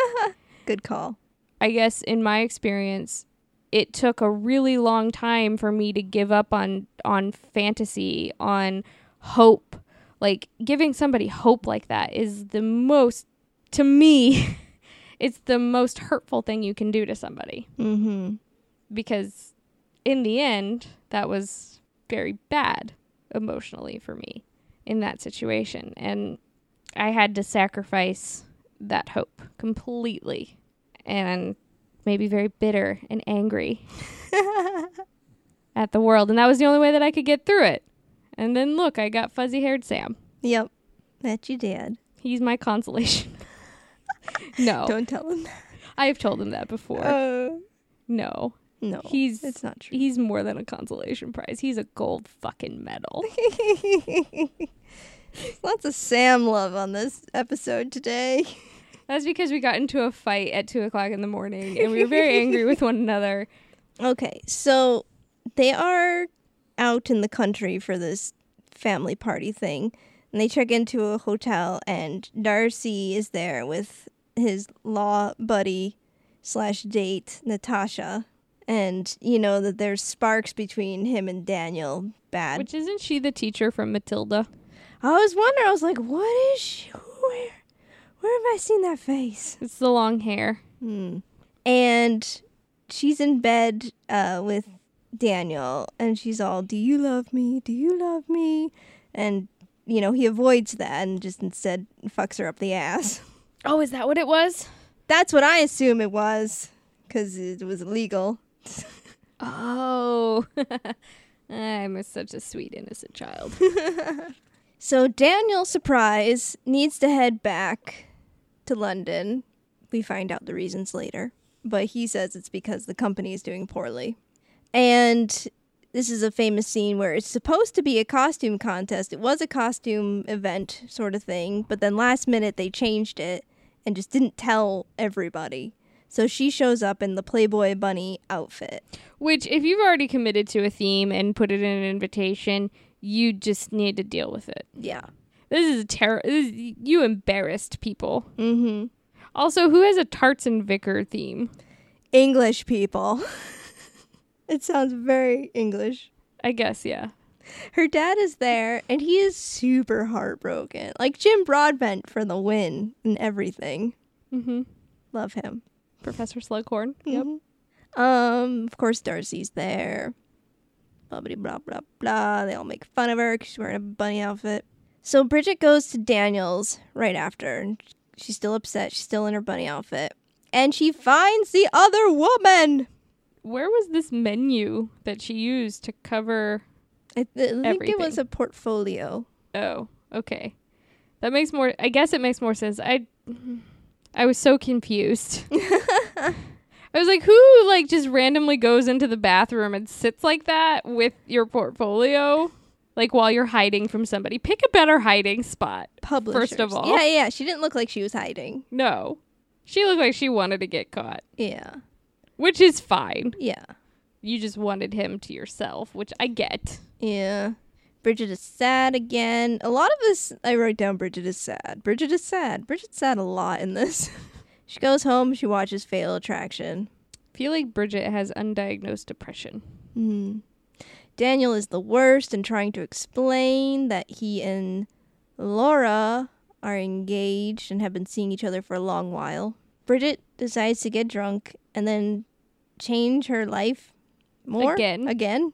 Good call.
I guess in my experience, it took a really long time for me to give up on on fantasy, on hope. Like giving somebody hope like that is the most to me it's the most hurtful thing you can do to somebody
Mm-hmm.
because in the end that was very bad emotionally for me in that situation and i had to sacrifice that hope completely and maybe very bitter and angry at the world and that was the only way that i could get through it and then look i got fuzzy haired sam
Yep. That you did.
he's my consolation no
Don't tell him.
i've told him that before
Uh,
no
no.
He's-
It's not true.
he's more than a consolation prize he's a gold fucking medal
Lots of Sam love on this episode today.
That's because we got into a fight at two o'clock in the morning and we were very angry with one another.
Okay, so they are out in the country for this family party thing, and they check into a hotel, and Darcy is there with his law buddy slash date Natasha, and you know that there's sparks between him and Daniel. Bad.
Which isn't she the teacher from Matilda?
I was wondering. I was like, what is she? Where? Where have I seen that face?
It's the long hair.
Hmm. And she's in bed uh, with Daniel, and she's all, "Do you love me? Do you love me?" And you know he avoids that and just instead fucks her up the ass.
Oh, is that what it was?
That's what I assume it was, because it was illegal.
Oh, I'm a- such a sweet, innocent child.
So Daniel, surprise, needs to head back to London. We find out the reasons later. but he says it's because the company is doing poorly. And this is a famous scene where it's supposed to be a costume contest. It was a costume event sort of thing, but then last minute they changed it and just didn't tell everybody. So she shows up in the Playboy bunny outfit.
Which, if you've already committed to a theme and put it in an invitation, you just need to deal with it.
Yeah.
This is terror. You embarrassed people.
Mhm.
Also, who has a Tarts and Vicar theme?
English people. it sounds very English.
I guess, yeah.
Her dad is there and he is super heartbroken. Like Jim Broadbent for the win and everything.
Mm-hmm.
Love him.
Professor Slughorn.
Yep. Um, of course Darcy's there. Blah blah blah blah blah. They all make fun of her because she's wearing a bunny outfit. So Bridget goes to Daniel's right after, and she's still upset. She's still in her bunny outfit, and she finds the other woman.
Where was this menu that she used to cover?
I, th- I think it was
Everything.
a portfolio.
Oh, okay. That makes more. I guess it makes more sense. I, I was so confused. I was like, who like just randomly goes into the bathroom and sits like that with your portfolio, like while you're hiding from somebody? Pick a better hiding spot.
Publishers.
First of all,
yeah, yeah. She didn't look like she was hiding.
no. She looked like she wanted to get caught,
Yeah,
which is fine.
yeah,
You just wanted him to yourself, which I get.
yeah. Bridget is sad again. A lot of this, I wrote down Bridget is sad. Bridget is sad. Bridget's sad a lot in this. she goes home, she watches Fatal Attraction.
feel like Bridget has undiagnosed depression.
Hmm. Daniel is the worst and trying to explain that he and Laura are engaged and have been seeing each other for a long while. Bridget decides to get drunk and then change her life more
Again.
Again.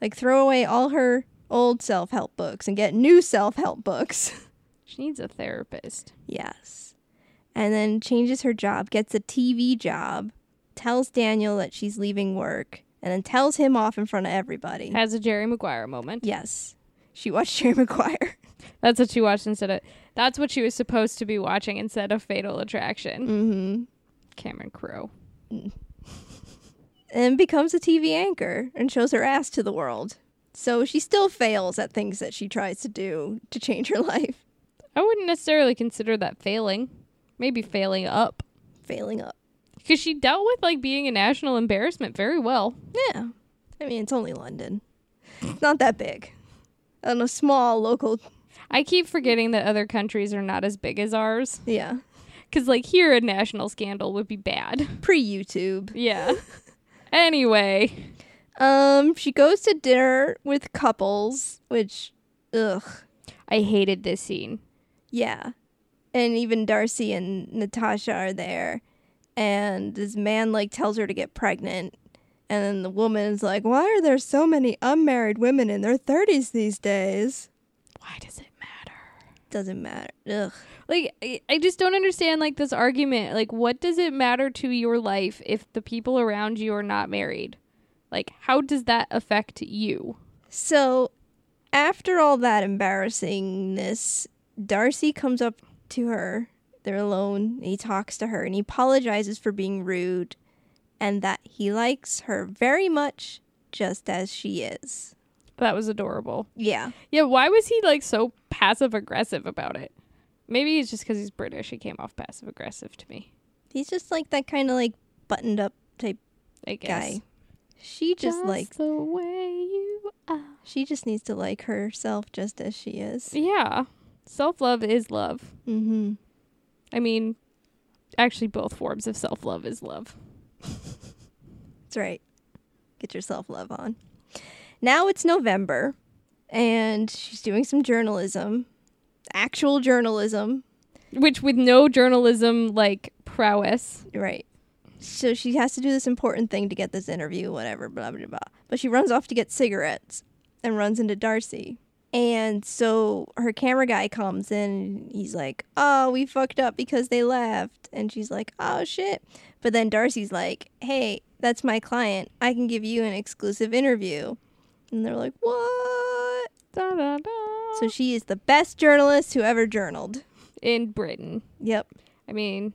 Like throw away all her old self help books and get new self help books.
She needs a therapist.
Yes. And then changes her job, gets a TV job, tells Daniel that she's leaving work, and then tells him off in front of everybody.
Has a Jerry Maguire moment.
Yes. She watched Jerry Maguire.
That's what she watched instead of. That's what she was supposed to be watching instead of Fatal Attraction.
Mm-hmm.
Cameron Crowe.
And becomes a TV anchor and shows her ass to the world. So she still fails at things that she tries to do to change her life.
I wouldn't necessarily consider that failing. Maybe failing up.
Failing up.
Because she dealt with like being a national embarrassment very well.
Yeah. I mean, it's only London. It's not that big. On a small local.
I keep forgetting that other countries are not as big as ours.
Yeah.
Because like here, a national scandal would be bad.
Pre YouTube.
yeah. Anyway,
Um, she goes to dinner with couples, which, ugh,
I hated this scene.
yeah. And even Darcy and Natasha are there, and this man like tells her to get pregnant, and then the woman is like, "Why are there so many unmarried women in their thirties these days?"
Why does it matter?
Doesn't matter. Ugh.
like I- i just don't understand like this argument like what does it matter to your life if the people around you are not married like how does that affect you
So, after all that embarrassingness, Darcy comes up to her. They're alone. And he talks to her and he apologizes for being rude and that he likes her very much just as she is.
that was adorable
Yeah.
yeah why was he like so passive aggressive about it maybe it's just because he's british he came off passive aggressive to me
He's just like that kind of like buttoned up type
i guess
guy. She just like
the way you are
she just needs to like herself just as she is.
yeah self-love is love
Mhm.
i mean actually both forms of self-love is love
That's right. Get your self love on. Now it's November, and she's doing some journalism, actual journalism.
which with no journalism like prowess
Right. So she has to do this important thing to get this interview, whatever, blah, blah, blah. But she runs off to get cigarettes and runs into Darcy. And so her camera guy comes in and he's like, Oh, we fucked up because they left. And she's like, Oh, shit. But then Darcy's like, Hey, that's my client. I can give you an exclusive interview. And they're like, What?
Da, da, da.
So she is the best journalist who ever journaled.
in Britain,
Yep.
I mean,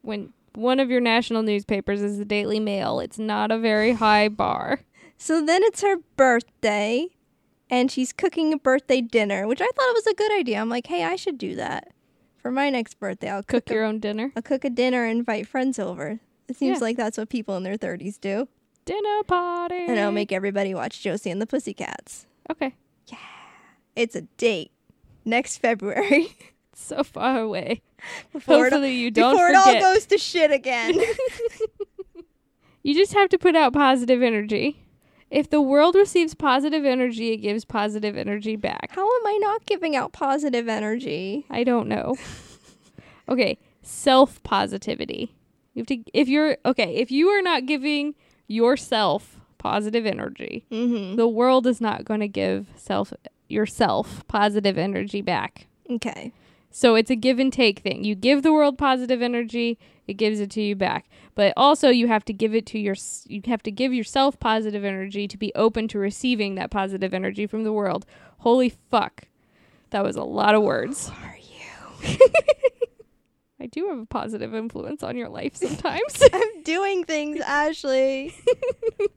when one of your national newspapers is the Daily Mail. It's not a very high bar.
So then it's her birthday, and she's cooking a birthday dinner, which I thought was a good idea. I'm like, hey, I should do that for my next birthday. I'll cook,
Cook your own dinner.
I'll cook a dinner and invite friends over. It seems
Yeah.
like that's what people in their 30s do.
Dinner party.
And I'll make everybody watch Josie and the Pussycats.
Okay.
It's a date next February
It's so far away.
before, it,
Hopefully you don't
before it all
forget.
goes to shit again.
you just have to put out positive energy. If the world receives positive energy, it gives positive energy back.
How am I not giving out positive energy?
I don't know. okay, self positivity. You have to if you're okay, if you are not giving yourself positive energy,
Mm-hmm.
the world is not going to give self yourself positive energy back.
Okay.
So it's a give and take thing. You give the world positive energy, it gives it to you back. But also you have to give it to your you have to give yourself positive energy to be open to receiving that positive energy from the world. Holy fuck. That was a lot of words.
Are you?
I do have a positive influence on your life sometimes.
I'm doing things, Ashley.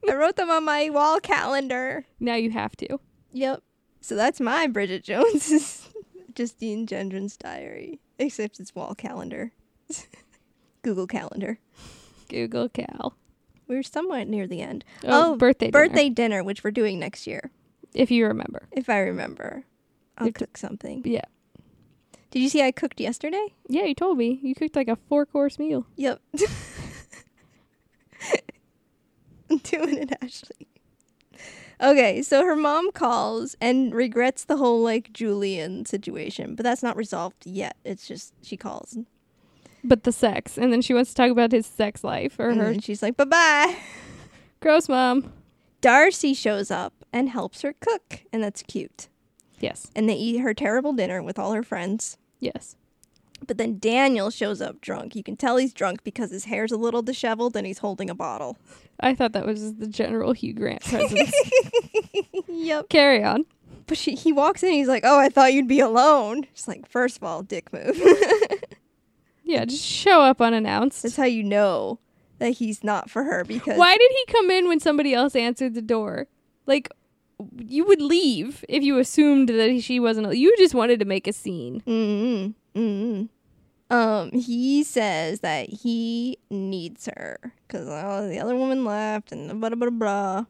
I wrote them on my wall calendar.
now you have to.
Yep. So that's my Bridget Jones's Justine Gendron's diary, except it's wall calendar, Google Calendar.
Google Cal.
We're somewhat near the end.
Oh,
Oh,
birthday. dinner,
Birthday dinner, which we're doing next year,
if you remember.
if I remember. I'll
If-
cook something.
Yeah.
Did you see I cooked yesterday?
Yeah, you told me. You cooked like a four course meal.
Yep. I'm doing it, Ashley. Okay, so her mom calls and regrets the whole like Julian situation, but that's not resolved yet. It's just she calls
But the sex. And then she wants to talk about his sex life or
and
her
then she's like, bye bye.
gross mom.
Darcy shows up and helps her cook, and that's cute.
Yes.
And they eat her terrible dinner with all her friends.
Yes.
But then Daniel shows up drunk. You can tell he's drunk because his hair's a little disheveled and he's holding a bottle.
I thought that was just the general Hugh Grant presence.
Yep.
Carry on.
But she, he walks in, he's like, "Oh, I thought you'd be alone." She's like, first of all, dick move.
Yeah, just show up unannounced.
That's how you know that he's not for her because
Why did he come in when somebody else answered the door? Like, you would leave if you assumed that she wasn't. You just wanted to make a scene.
Mm-mm, mm-mm. Mm-hmm, Um, he says that he needs her because oh, the other woman left and blah blah blah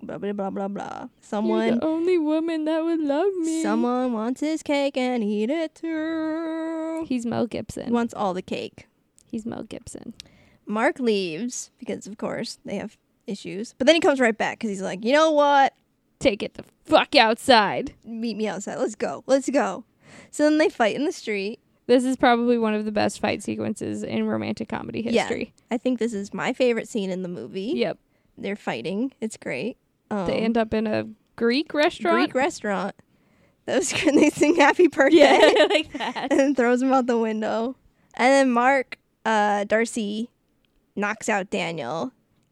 blah blah blah blah blah. blah.
You're
Someone,
the only woman that would love me.
someone wants his cake and eat it too.
He's Mel
He
Gibson.
wants all the cake.
He's Mel Gibson.
Mark leaves because, of course, they have issues. But then he comes right back because he's like, you know what?
Take it the fuck outside.
Meet me outside. Let's go. Let's go. So then they fight in the street.
This is probably one of the best fight sequences in romantic comedy
Yeah.
history.
I think this is my favorite scene in the movie.
Yep.
They're fighting. It's great. Um,
They end up in a Greek restaurant.
Greek restaurant. That was good. They sing Happy Birthday
yeah, like that.
and throws him out the window. And then Mark, uh, Darcy, knocks out Daniel,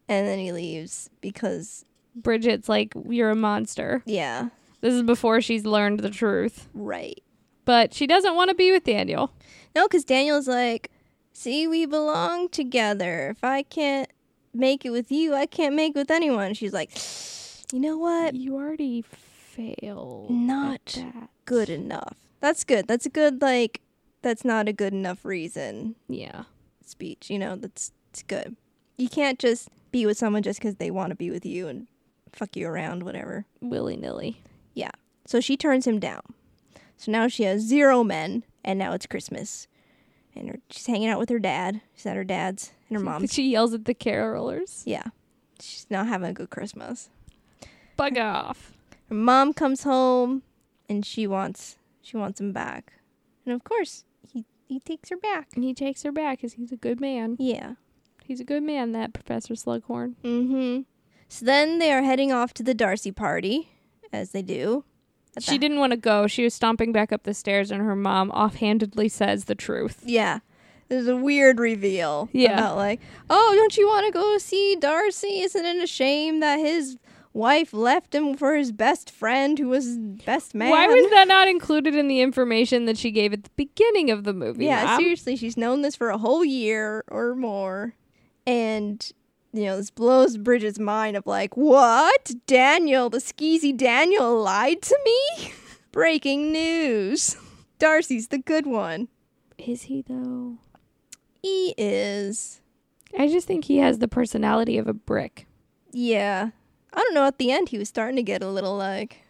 and then he leaves because
Bridget's like, You're a monster.
yeah,
This is before she's learned the truth.
right.
But she doesn't want to be with Daniel.
No, because Daniel's like, see, we belong together. If I can't make it with you, I can't make it with anyone. She's like, you know what?
You already failed.
Not
that.
Good enough. That's good. That's a good, like, that's not a good enough reason
Yeah.
speech. You know, that's it's good. You can't just be with someone just because they want to be with you and fuck you around, whatever.
Willy nilly.
So she turns him down. So now she has zero men, and now it's Christmas. And her, she's hanging out with her dad. She's at her dad's and her mom's.
She yells at the carolers.
Yeah. She's not having a good Christmas.
Bug off.
Her mom comes home and she wants she wants him back. And of course, he he takes her back.
And he takes her back because he's a good man.
Yeah.
He's a good man, that Professor Slughorn.
Mhm. So then they are heading off to the Darcy party as they do. At
She
the-
didn't want to go. She was stomping back up the stairs, and her mom offhandedly says the truth.
Yeah. There's a weird reveal
Yeah.
about like, "Oh, don't you want to go see Darcy? Isn't it a shame that his wife left him for his best friend, who was his best man.
Why was that not included in the information that she gave at the beginning of the movie?
Yeah,
Mom?
seriously, she's known this for a whole year or more. And, you know, this blows Bridget's mind of like, what? Daniel, the skeezy Daniel, lied to me? Breaking news. Darcy's the good one.
Is he though?
He is.
I just think he has the personality of a brick.
Yeah. I don't know. At the end, he was starting to get a little like,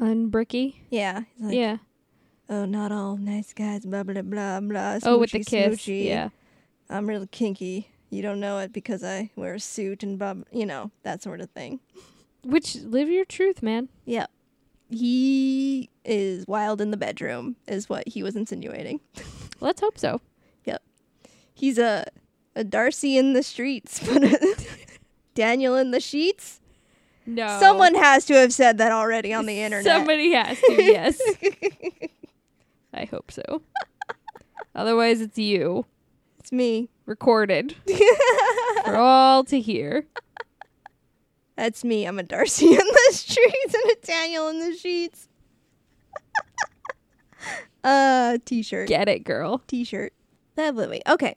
Unbricky.
yeah. He's like,
yeah.
Oh, not all nice guys, blah, blah, blah, blah.
Oh, with the
smoochy,
kiss.
smoochy.
Yeah.
I'm real kinky. You don't know it because I wear a suit and blah, blah, you know, that sort of thing.
Which live your truth, man.
Yep. He is wild in the bedroom, is what he was insinuating.
Let's hope so.
He's a, a Darcy in the streets, but a Daniel in the sheets.
No.
Someone has to have said that already on the internet.
Somebody has to. Yes. I hope so. Otherwise, it's you
It's me.
recorded for all to hear.
That's me. I'm a Darcy in the streets and a Daniel in the sheets. uh, t shirt.
Get it, girl.
t-shirt. Lovely. Okay.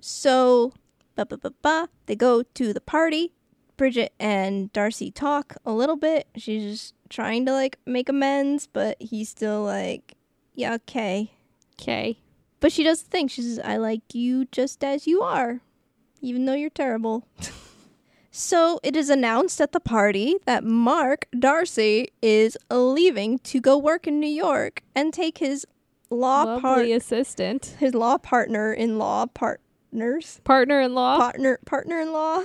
So, ba ba ba ba, they go to the party. Bridget and Darcy talk a little bit. She's just trying to like make amends, but he's still like, yeah, okay.
Okay.
But she does the thing. She says, I like you just as you are, even though you're terrible. so it is announced at the party that Mark Darcy is leaving to go work in New York and take his law
Lovely
part
assistant,
his law partner in law partners
partner in law.
partner partner in law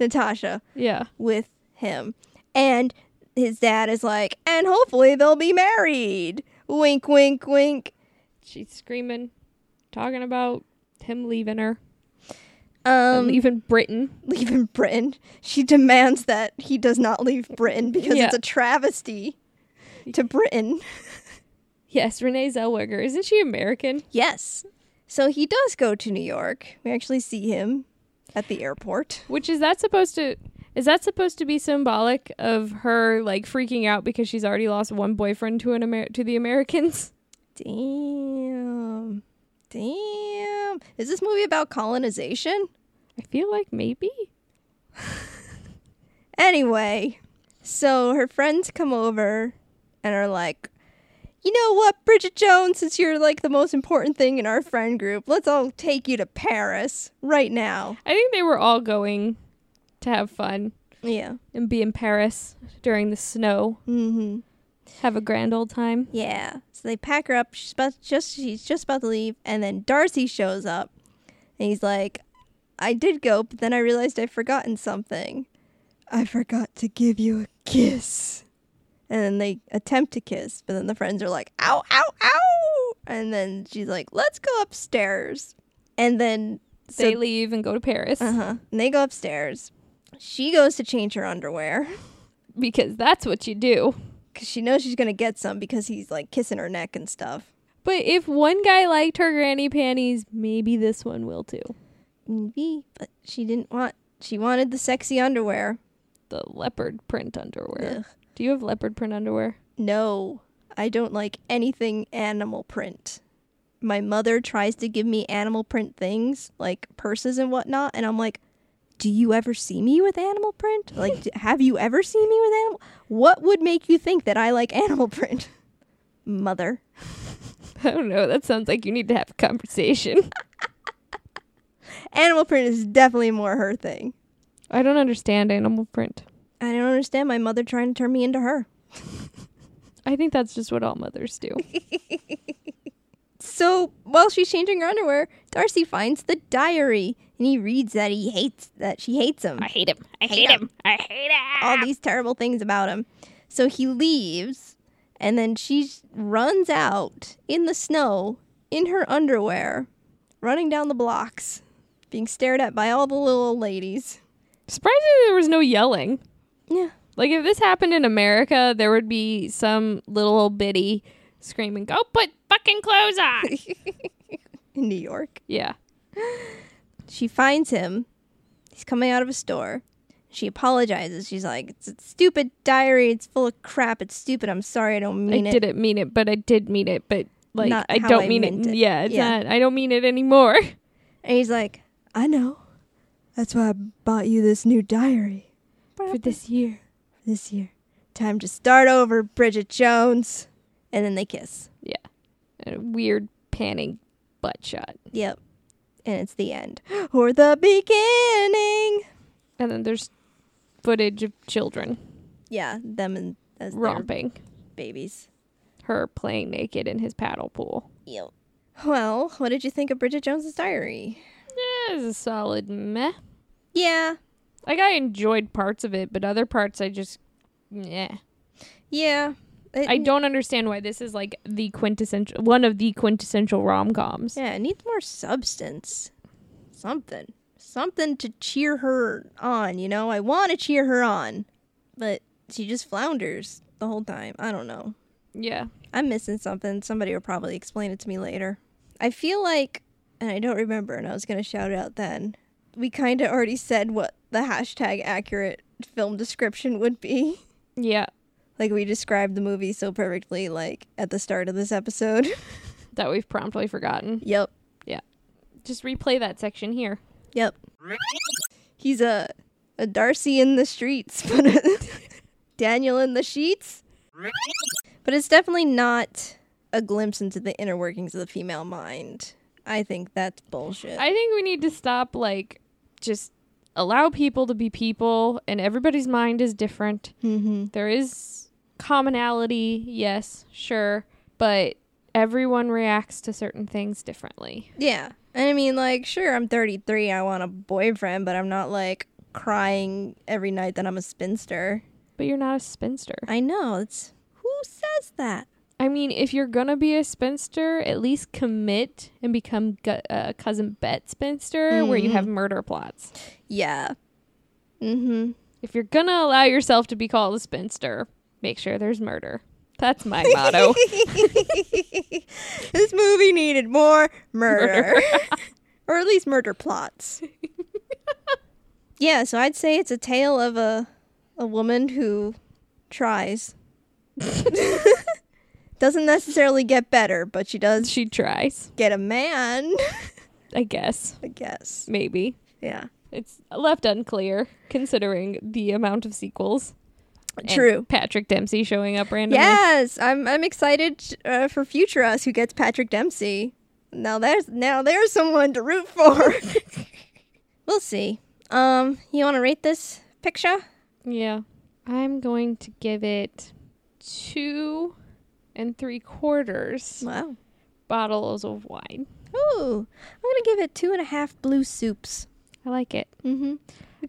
Natasha
yeah.
with him and his dad is like and hopefully they'll be married wink wink wink
She's screaming, talking about him leaving her,
um
leaving Britain.
leaving Britain she demands that he does not leave Britain because
Yeah.
it's a travesty to Britain
Yes, Renee Zellweger. Isn't she American?
yes so he does go to New York we actually see him at the airport
Which is that supposed to? Is that supposed to be symbolic of her like freaking out because she's already lost one boyfriend to an Amer- to the Americans?
Damn. Damn. Is this movie about colonization?
I feel like maybe.
Anyway, so her friends come over and are like, you know what, Bridget Jones, since you're like the most important thing in our friend group, let's all take you to Paris right now.
I think they were all going to have fun
Yeah.
and be in Paris during the snow,
Mm-hmm.
have a grand old time.
Yeah. So they pack her up. She's about just she's just about to leave, and then Darcy shows up, and he's like, "I did go, but then I realized I've forgotten something. I forgot to give you a kiss." And then they attempt to kiss, but then the friends are like, "Ow, ow, ow!" And then she's like, "Let's go upstairs." And then so,
they leave and go to Paris
uh-huh, and they go upstairs. She goes to change her underwear
because that's what you do.
because she knows she's gonna get some because he's like kissing her neck and stuff.
But if one guy liked her granny panties, maybe this one will too.
Maybe, but she didn't want. She wanted the sexy underwear.
The leopard print underwear.
Ugh.
Do you have leopard print underwear?
No, I don't like anything animal print. My mother tries to give me animal print things like purses and whatnot, and I'm like, "Do you ever see me with animal print? Like, d- have you ever seen me with animal? What would make you think that I like animal print, mother?"
I don't know. That sounds like you need to have a conversation.
Animal print is definitely more her thing.
I don't understand animal print.
I don't understand my mother trying to turn me into her.
I think that's just what all mothers do.
So while she's changing her underwear, Darcy finds the diary and he reads that he hates that she hates him.
hate him. I hate him. I hate him.
All these terrible things about him. So he leaves and then she runs out in the snow in her underwear, running down the blocks, being stared at by all the little old ladies.
Surprisingly, there was no yelling.
Yeah.
Like if this happened in America, there would be some little old bitty screaming, "Go put fucking clothes on!"
In New York.
yeah,
She finds him. He's coming out of a store. She apologizes. She's like, "It's a stupid diary. It's full of crap. It's stupid. I'm sorry. I don't mean
I
it."
didn't mean it, but I did mean it, but like
Not
I
how
don't
I
mean it.
meant it.
Yeah, it's
Yeah.
not. I don't mean it anymore.
And he's like, "I know. That's why I bought you this new diary
For this year.
this year. Time to start over, Bridget Jones." And then they kiss.
A weird panning butt shot.
Yep. And it's the end or the beginning.
And then there's footage of children
Yeah, them and as their
romping.
babies.
Her playing naked in his paddle pool.
Yep. Well, what did you think of Bridget Jones's Diary?
Yeah, it's a solid meh.
Yeah,
Like I enjoyed parts of it, but other parts I just yeah.
yeah. It-
I don't understand why this is like the quintessential one of the quintessential rom coms.
Yeah, it needs more substance. Something. Something to cheer her on, you know? I want to cheer her on. But she just flounders the whole time. I don't know.
Yeah.
I'm missing something. Somebody will probably explain it to me later. I feel like, and I don't remember, and I was going to shout out then, we kind of already said what the hashtag accurate film description would be.
Yeah.
Like, we described the movie so perfectly, like, at the start of this episode.
That we've promptly forgotten.
yep.
Just replay that section here.
Yep. He's a a Darcy in the streets, but a Daniel in the sheets. But it's definitely not a glimpse into the inner workings of the female mind. I think that's bullshit.
I think we need to stop like just allow people to be people and everybody's mind is different.
mm-hmm.
There is commonality, yes, sure, but everyone reacts to certain things differently.
Yeah. I mean, like, sure, I'm 33. I want a boyfriend, but I'm not like crying every night that I'm a spinster.
But you're not a spinster.
I know. It's who says that?
I mean, if you're gonna be a spinster, at least commit and become gu- uh, cousin Bet spinster, where you have murder plots.
Yeah. Mm-hmm.
If you're gonna allow yourself to be called a spinster, make sure there's murder. That's my motto.
this movie needed more murder, or at least murder plots. yeah, so I'd say it's a tale of a a woman who tries. Doesn't necessarily get better, but she does
she tries,
get a man,
I guess.
I guess.
Maybe
Yeah.
it's left unclear considering the amount of sequels. and
True.
Patrick Dempsey showing up randomly.
Yes, I'm I'm excited uh, for future us who gets Patrick Dempsey. Now there's now there's someone to root for. we'll see. Um, you want to rate this picture?
Yeah. I'm going to give it two and three quarters
Wow.
bottles of wine.
Ooh, I'm gonna give it two and a half blue soups.
I like it.
Mm-hmm.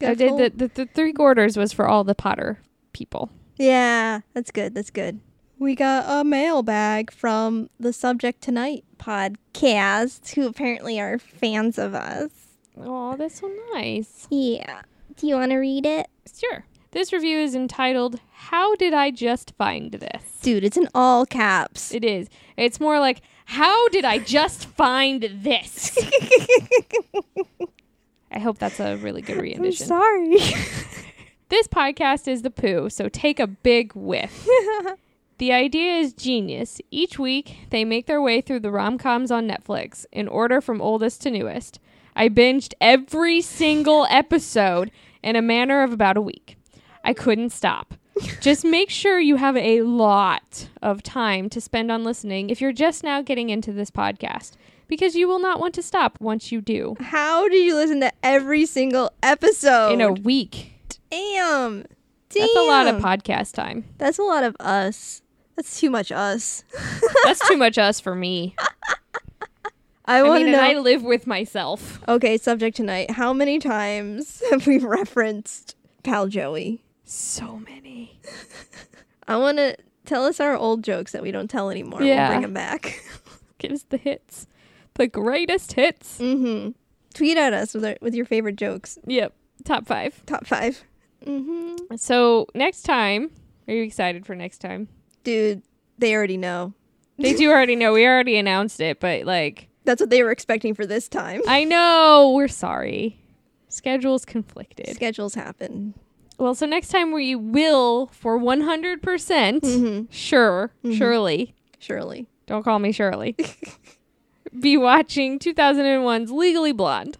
I did the, the, the three quarters was for all the Potter people.
Yeah, that's good. That's good. We got a mailbag from the Subject Tonight podcast, who apparently are fans of us.
Oh, that's so nice.
Yeah. Do you want to read it?
Sure. This review is entitled How Did I Just Find This?
Dude, it's in all caps.
It is. It's more like How Did I Just Find This? I hope that's a really good rendition.
sorry.
This podcast is the poo, so take a big whiff. the idea is genius. Each week, they make their way through the rom coms on Netflix in order from oldest to newest. I binged every single episode in a manner of about a week. I couldn't stop. Just make sure you have a lot of time to spend on listening if you're just now getting into this podcast, because you will not want to stop once you do.
How did you listen to every single episode?
In a week.
damn.
That's a lot of
Damn.
podcast time.
That's a lot of us. That's too much us.
That's too much us for me.
I
I
want
mean,
to
and I
know.
live with myself.
okay, subject tonight. How many times have we referenced Pal Joey?
So many.
I want to tell us our old jokes that we don't tell anymore.
Yeah.
We'll bring them back.
Give us the hits. The greatest hits.
mm-hmm. Tweet at us with our, with your favorite jokes.
Yep. Top five.
Top five. Mm-hmm.
So next time, are you excited for next time?
Dude, they already know.
They do already know. We already announced it, but like,
That's what they were expecting for this time.
I know. We're sorry. Schedule's conflicted.
Schedules happen.
Well, so next time we will for 100%.
Mhm.
Sure, surely.
Surely.
Don't call me Shirley. Be watching 2001's Legally Blonde.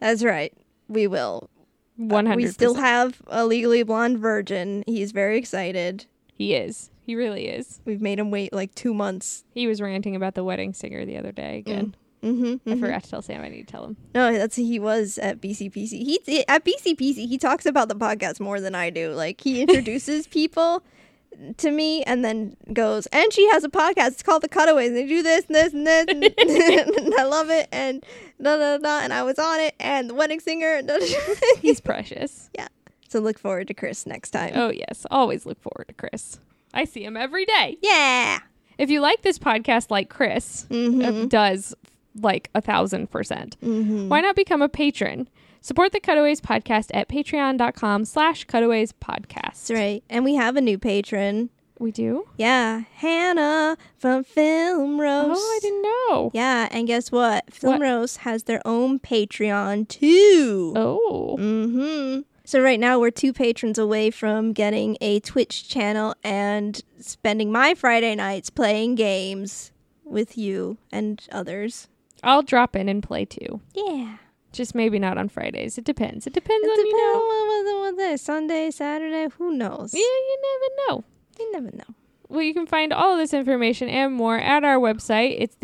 That's right. We will.
100%.
Uh, We still have a legally blonde virgin. He's very excited.
he is. He really is.
We've made him wait like two months.
He was ranting about the wedding singer the other day again.
Mm-hmm.
I forgot to tell Sam I need to tell him.
No, that's he was at BCPC. He he- at BCPC he talks about the podcast more than I do. Like he introduces people to me and then goes, and she has a podcast. It's called The Cutaways. And they do this and this and this, and, and I love it. And da da da. And I was on it. And the wedding singer. And da, da, da.
He's precious.
so look forward to Chris next time.
Oh, yes. Always look forward to Chris. I see him every day.
Yeah.
If you like this podcast, like Chris uh, does, like a thousand percent, why not become a patron? Support the Cutaways podcast at patreon.com slash cutaways podcast.
That's right. And we have a new patron.
We do?
Yeah, Hannah from Film
Oh,
Roast.
I didn't know.
Yeah, and guess what? Film
What?
Roast has their own Patreon too.
Oh,
Mm-hmm. So right now we're two patrons away from getting a Twitch channel and spending my Friday nights playing games with you and others.
I'll drop in and play too.
Yeah.
Just maybe not on Fridays. It depends. It depends on,
Depending
you know.
on what the Sunday, Saturday, who knows?
Yeah, you never know.
You never know.
Well, you can find all of this information and more at our website. It's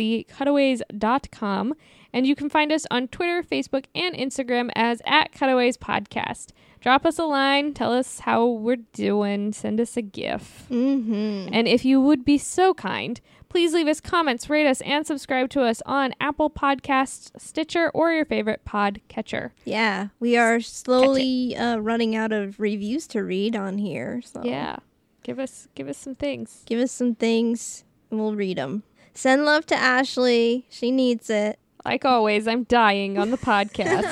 thecutaways.com. And you can find us on Twitter, Facebook, and Instagram as at Cutaways Podcast. Drop us a line, tell us how we're doing, send us a GIF.
Mm-hmm.
And if you would be so kind, please leave us comments, rate us, and subscribe to us on Apple Podcasts, Stitcher, or your favorite pod catcher.
Yeah, we are slowly uh, running out of reviews to read on here. So
Yeah. Give us give us some things.
give us some things and we'll read them. Send love to Ashley. She needs it.
Like always, I'm dying on the podcast.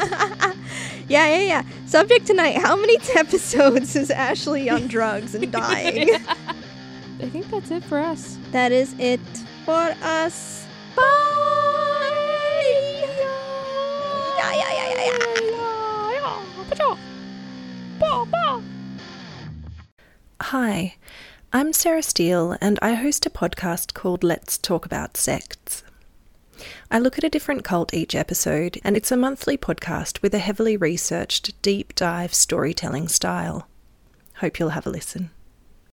Yeah, yeah, yeah. Subject tonight How many t- episodes is Ashley on drugs and dying?
I think that's it for us.
That is it for us. Bye! Yeah, yeah, yeah, yeah, yeah.
Hi, I'm Sarah Steele, and I host a podcast called Let's Talk About Sects. I look at a different cult each episode, and it's a monthly podcast with a heavily researched, deep dive storytelling style. Hope you'll have a listen.